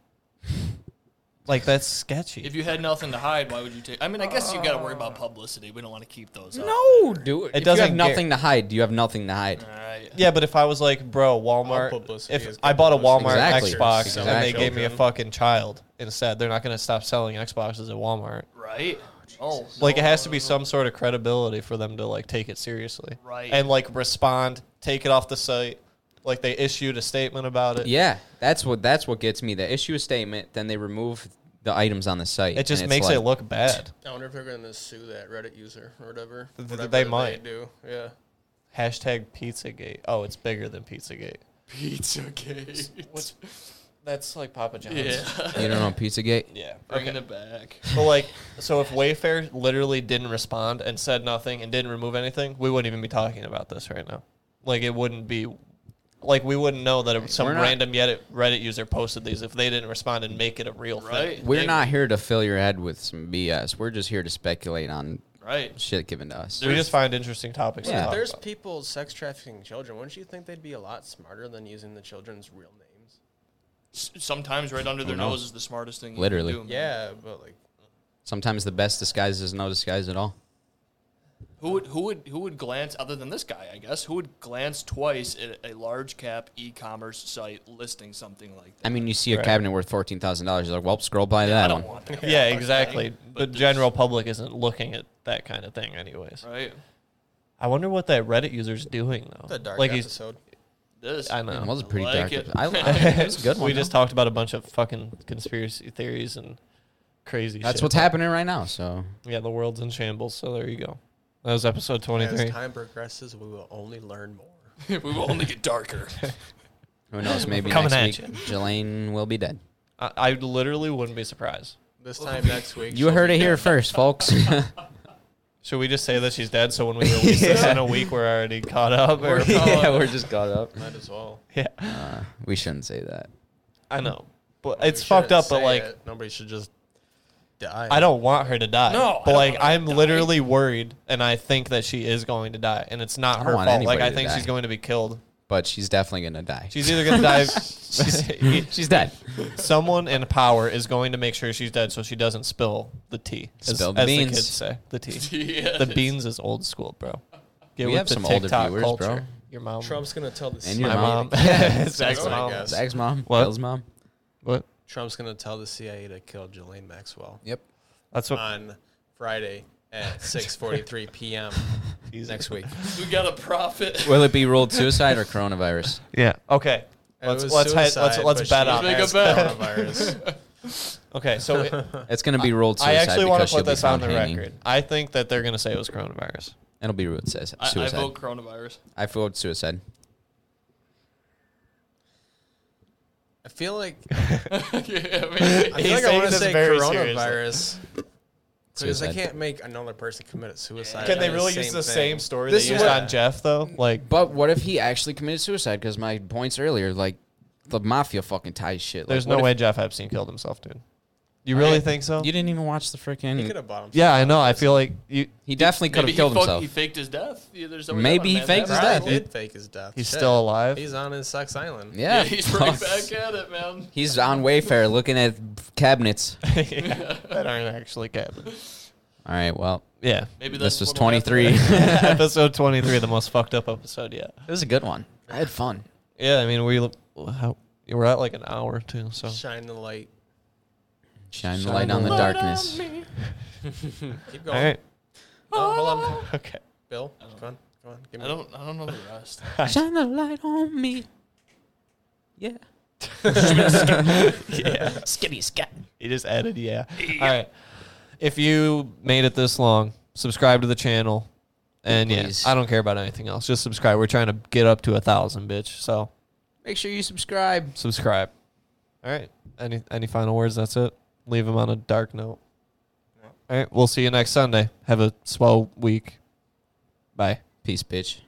[SPEAKER 3] Like that's sketchy.
[SPEAKER 2] If you had nothing to hide, why would you take? I mean, I guess you got to worry about publicity. We don't want to keep those. up.
[SPEAKER 1] No, dude. It if you have
[SPEAKER 3] doesn't gar-
[SPEAKER 1] nothing to hide. You have nothing to hide.
[SPEAKER 2] All right.
[SPEAKER 3] yeah, but if I was like, bro,
[SPEAKER 4] All
[SPEAKER 3] Walmart.
[SPEAKER 4] publicity
[SPEAKER 3] If
[SPEAKER 4] is
[SPEAKER 3] I bought a
[SPEAKER 4] good
[SPEAKER 3] Walmart
[SPEAKER 1] publicity.
[SPEAKER 3] Xbox
[SPEAKER 1] Exactly.
[SPEAKER 3] and they
[SPEAKER 1] Exactly.
[SPEAKER 3] gave me a fucking child instead, they're not gonna stop selling Xboxes at Walmart.
[SPEAKER 2] Right. Oh,
[SPEAKER 3] Like it has to be some sort of credibility for them to like take it seriously,
[SPEAKER 2] Right.
[SPEAKER 3] And like respond, take it off the site. Like they issued a statement about it.
[SPEAKER 1] Yeah, that's what that's what gets me. They issue a statement, then they remove the items on the site.
[SPEAKER 3] It just
[SPEAKER 1] and it's
[SPEAKER 3] makes it
[SPEAKER 1] like-
[SPEAKER 3] look bad.
[SPEAKER 4] I wonder if they're gonna sue that Reddit user or whatever.
[SPEAKER 3] Th- th-
[SPEAKER 4] whatever
[SPEAKER 3] they might.
[SPEAKER 4] do. Yeah.
[SPEAKER 3] Hashtag PizzaGate. Oh, it's bigger than PizzaGate.
[SPEAKER 2] pizza cake. What's
[SPEAKER 3] That's like Papa John's.
[SPEAKER 2] yeah?
[SPEAKER 1] You don't know Pizzagate?
[SPEAKER 3] Yeah.
[SPEAKER 2] Bringing it back.
[SPEAKER 3] But like, so if Wayfair literally didn't respond and said nothing and didn't remove anything, we wouldn't even be talking about this right now. Like, it wouldn't be, like, we wouldn't know that it, some
[SPEAKER 1] We're not-
[SPEAKER 3] random Reddit, Reddit user posted these if they didn't respond and make it a real
[SPEAKER 2] Right.
[SPEAKER 3] thing.
[SPEAKER 1] We're
[SPEAKER 3] They-
[SPEAKER 1] not here to fill your head with some BS. We're just here to speculate on
[SPEAKER 2] Right.
[SPEAKER 1] shit given to us.
[SPEAKER 3] We just find interesting topics.
[SPEAKER 1] Yeah.
[SPEAKER 3] to talk
[SPEAKER 4] There's
[SPEAKER 3] about.
[SPEAKER 4] people sex trafficking children. Wouldn't you think they'd be a lot smarter than using the children's real names?
[SPEAKER 2] S- Sometimes right under their
[SPEAKER 1] knows?
[SPEAKER 2] nose is the smartest thing.
[SPEAKER 1] Literally.
[SPEAKER 2] You can do, man.
[SPEAKER 4] Yeah, but like
[SPEAKER 1] Sometimes the best disguise is no disguise at all.
[SPEAKER 2] Who would who would who would glance other than this guy? I guess who would glance twice at a large cap e-commerce site listing something like that?
[SPEAKER 1] I mean, you see a
[SPEAKER 3] Right.
[SPEAKER 1] cabinet worth fourteen thousand dollars. You're like, well, scroll by
[SPEAKER 2] I
[SPEAKER 1] that
[SPEAKER 2] don't
[SPEAKER 1] one.
[SPEAKER 2] want that.
[SPEAKER 3] [LAUGHS] Yeah, exactly. The
[SPEAKER 2] there's-
[SPEAKER 3] general public isn't looking at that kind of thing, anyways.
[SPEAKER 2] Right.
[SPEAKER 3] I wonder what that Reddit user's doing though.
[SPEAKER 4] the dark
[SPEAKER 3] like he's,
[SPEAKER 4] episode.
[SPEAKER 2] This.
[SPEAKER 3] I know.
[SPEAKER 1] That was a pretty
[SPEAKER 2] I like
[SPEAKER 1] dark.
[SPEAKER 2] it.
[SPEAKER 1] I, I, it was a good
[SPEAKER 3] [LAUGHS]
[SPEAKER 1] one.
[SPEAKER 3] we
[SPEAKER 1] though.
[SPEAKER 3] just talked about a bunch of fucking conspiracy theories and crazy.
[SPEAKER 1] that's
[SPEAKER 3] shit.
[SPEAKER 1] what's happening right now. So
[SPEAKER 3] Yeah, the world's in shambles. So there you go. That was episode twenty
[SPEAKER 4] As
[SPEAKER 3] three.
[SPEAKER 4] time progresses, we will only learn more.
[SPEAKER 2] [LAUGHS] we will only get darker.
[SPEAKER 1] who knows? Maybe
[SPEAKER 3] Coming
[SPEAKER 1] next
[SPEAKER 3] at
[SPEAKER 1] week, Jelaine will be dead.
[SPEAKER 3] I, I literally wouldn't be surprised.
[SPEAKER 4] This time next week.
[SPEAKER 1] You heard
[SPEAKER 3] [LAUGHS]
[SPEAKER 1] it here first, folks.
[SPEAKER 3] Should we just say that she's dead? So when [LAUGHS] we release this in a week, we're already caught up. Or,
[SPEAKER 1] [LAUGHS] yeah, [LAUGHS] we're just caught up.
[SPEAKER 4] Might as well.
[SPEAKER 3] [LAUGHS] yeah,
[SPEAKER 1] Uh, we shouldn't say that.
[SPEAKER 3] I know, but
[SPEAKER 4] We
[SPEAKER 3] it's fucked
[SPEAKER 4] shouldn't
[SPEAKER 3] up. But
[SPEAKER 4] say
[SPEAKER 3] like,
[SPEAKER 4] it. nobody should just die.
[SPEAKER 3] I don't want her to die.
[SPEAKER 2] No, I
[SPEAKER 3] but
[SPEAKER 2] don't
[SPEAKER 3] like
[SPEAKER 2] want her to
[SPEAKER 3] I'm literally worried, and I think that she is going to die, and it's not
[SPEAKER 1] don't
[SPEAKER 3] her
[SPEAKER 1] want
[SPEAKER 3] fault. Like
[SPEAKER 1] anybody
[SPEAKER 3] I
[SPEAKER 1] to
[SPEAKER 3] think
[SPEAKER 1] die.
[SPEAKER 3] she's going to be killed.
[SPEAKER 1] But she's definitely gonna die. [LAUGHS]
[SPEAKER 3] She's either going to [LAUGHS] die. she's,
[SPEAKER 1] she's dead.
[SPEAKER 3] someone in power is going to make sure she's dead so she doesn't spill the tea. As,
[SPEAKER 1] Spill the
[SPEAKER 3] as
[SPEAKER 1] beans.
[SPEAKER 3] the kids say. [LAUGHS]
[SPEAKER 2] [LAUGHS]
[SPEAKER 3] The tea.
[SPEAKER 2] yeah.
[SPEAKER 3] the beans is old school, bro. Get
[SPEAKER 1] We
[SPEAKER 3] with
[SPEAKER 1] have
[SPEAKER 3] the
[SPEAKER 1] some older
[SPEAKER 3] TikTok
[SPEAKER 1] viewers,
[SPEAKER 3] culture.
[SPEAKER 1] bro.
[SPEAKER 3] Your mom.
[SPEAKER 4] Trump's gonna tell the
[SPEAKER 1] And
[SPEAKER 4] CIA.
[SPEAKER 1] your
[SPEAKER 3] my mom.
[SPEAKER 1] mom.
[SPEAKER 3] [LAUGHS] Zach's
[SPEAKER 4] I
[SPEAKER 3] mom.
[SPEAKER 4] guess.
[SPEAKER 1] Zach's mom.
[SPEAKER 3] What?
[SPEAKER 1] Bill's mom.
[SPEAKER 3] What?
[SPEAKER 4] Trump's gonna tell the CIA to kill Jelaine Maxwell
[SPEAKER 1] Yep.
[SPEAKER 3] That's what.
[SPEAKER 4] on Friday
[SPEAKER 3] [LAUGHS]
[SPEAKER 4] at 6:43 p.m. next week.
[SPEAKER 2] We got a profit.
[SPEAKER 1] Will it be ruled suicide or
[SPEAKER 3] [LAUGHS]
[SPEAKER 1] coronavirus?
[SPEAKER 3] Yeah. Okay.
[SPEAKER 4] It
[SPEAKER 3] Let's
[SPEAKER 4] was
[SPEAKER 3] let's, hi-
[SPEAKER 4] suicide,
[SPEAKER 3] let's let's
[SPEAKER 4] but
[SPEAKER 3] bet
[SPEAKER 4] she
[SPEAKER 3] on
[SPEAKER 4] [LAUGHS]
[SPEAKER 2] Make a
[SPEAKER 3] it.
[SPEAKER 4] has
[SPEAKER 2] bet.
[SPEAKER 4] coronavirus.
[SPEAKER 3] Okay, so it,
[SPEAKER 1] It's gonna be ruled
[SPEAKER 3] I
[SPEAKER 1] suicide.
[SPEAKER 3] actually
[SPEAKER 1] want to
[SPEAKER 3] put this on the record. I think that they're gonna say it was coronavirus.
[SPEAKER 1] It'll be ruled suicide.
[SPEAKER 2] I, I
[SPEAKER 1] suicide.
[SPEAKER 2] vote coronavirus. [LAUGHS]
[SPEAKER 1] I vote suicide.
[SPEAKER 4] I feel like
[SPEAKER 3] [LAUGHS]
[SPEAKER 2] yeah, I
[SPEAKER 4] I
[SPEAKER 2] mean,
[SPEAKER 3] He's
[SPEAKER 4] feel like I
[SPEAKER 3] taking
[SPEAKER 4] want to
[SPEAKER 3] this
[SPEAKER 4] say
[SPEAKER 3] very
[SPEAKER 4] coronavirus because I
[SPEAKER 1] Suicide.
[SPEAKER 4] can't make another person commit suicide.
[SPEAKER 3] Can
[SPEAKER 4] on
[SPEAKER 3] they really use the
[SPEAKER 4] thing.
[SPEAKER 3] same story
[SPEAKER 1] This
[SPEAKER 3] they
[SPEAKER 1] is
[SPEAKER 3] used
[SPEAKER 1] what-
[SPEAKER 3] on Jeff though? Like,
[SPEAKER 1] But what if he actually committed suicide? Because my points earlier, like the mafia fucking ties shit. Like,
[SPEAKER 3] there's
[SPEAKER 1] what
[SPEAKER 3] no
[SPEAKER 1] if-
[SPEAKER 3] way Jeff Epstein killed himself, dude. You really
[SPEAKER 1] I-
[SPEAKER 3] think so?
[SPEAKER 1] You didn't even watch the
[SPEAKER 4] He
[SPEAKER 1] freaking.
[SPEAKER 4] could have bought himself.
[SPEAKER 3] Yeah, I know. I feel like you.
[SPEAKER 1] He definitely could
[SPEAKER 2] maybe
[SPEAKER 1] have
[SPEAKER 2] he,
[SPEAKER 1] killed
[SPEAKER 2] fuck-
[SPEAKER 1] himself.
[SPEAKER 2] he faked his death. Yeah, there's no
[SPEAKER 1] Maybe he faked his
[SPEAKER 4] Brian
[SPEAKER 1] death.
[SPEAKER 4] did fake his death.
[SPEAKER 3] He's
[SPEAKER 4] Shit.
[SPEAKER 3] still alive. [LAUGHS]
[SPEAKER 4] He's [LAUGHS] on his sex island.
[SPEAKER 2] [LAUGHS]
[SPEAKER 1] yeah,
[SPEAKER 2] Yeah, he's
[SPEAKER 1] [LAUGHS]
[SPEAKER 2] right back at it, man.
[SPEAKER 1] He's on Wayfair looking at cabinets.
[SPEAKER 3] Yeah, that aren't actually cabinets.
[SPEAKER 1] All right, well,
[SPEAKER 3] Yeah,
[SPEAKER 2] Maybe that's
[SPEAKER 1] this was
[SPEAKER 2] what'll happen.
[SPEAKER 3] [LAUGHS]
[SPEAKER 1] 23. it
[SPEAKER 3] episode twenty three, the most fucked up episode yet.
[SPEAKER 1] was a good one. I had fun.
[SPEAKER 3] Yeah, I mean we how, we're at like an hour too, so
[SPEAKER 4] Shine the light.
[SPEAKER 1] Shine the light on the darkness.
[SPEAKER 4] Keep
[SPEAKER 3] all
[SPEAKER 4] going.
[SPEAKER 3] right,
[SPEAKER 4] No, hold on.
[SPEAKER 3] okay.
[SPEAKER 4] Bill, come on. Come on. Give
[SPEAKER 2] I
[SPEAKER 4] me
[SPEAKER 2] don't. I don't know the rest.
[SPEAKER 1] Shine the light on me. [LAUGHS] Yeah.
[SPEAKER 3] Yeah,
[SPEAKER 1] Skibby scat.
[SPEAKER 3] he just added yeah. All right, if you made it this long, subscribe to the channel, and
[SPEAKER 1] Please.
[SPEAKER 3] yeah, I don't care about anything else. Just subscribe. We're trying to get up to a thousand, bitch. So
[SPEAKER 1] Make sure you subscribe.
[SPEAKER 3] subscribe. All right. Any any final words? That's it. Leave them on a dark note. All right. We'll see you next Sunday. Have a swell week. Bye.
[SPEAKER 1] Peace, bitch.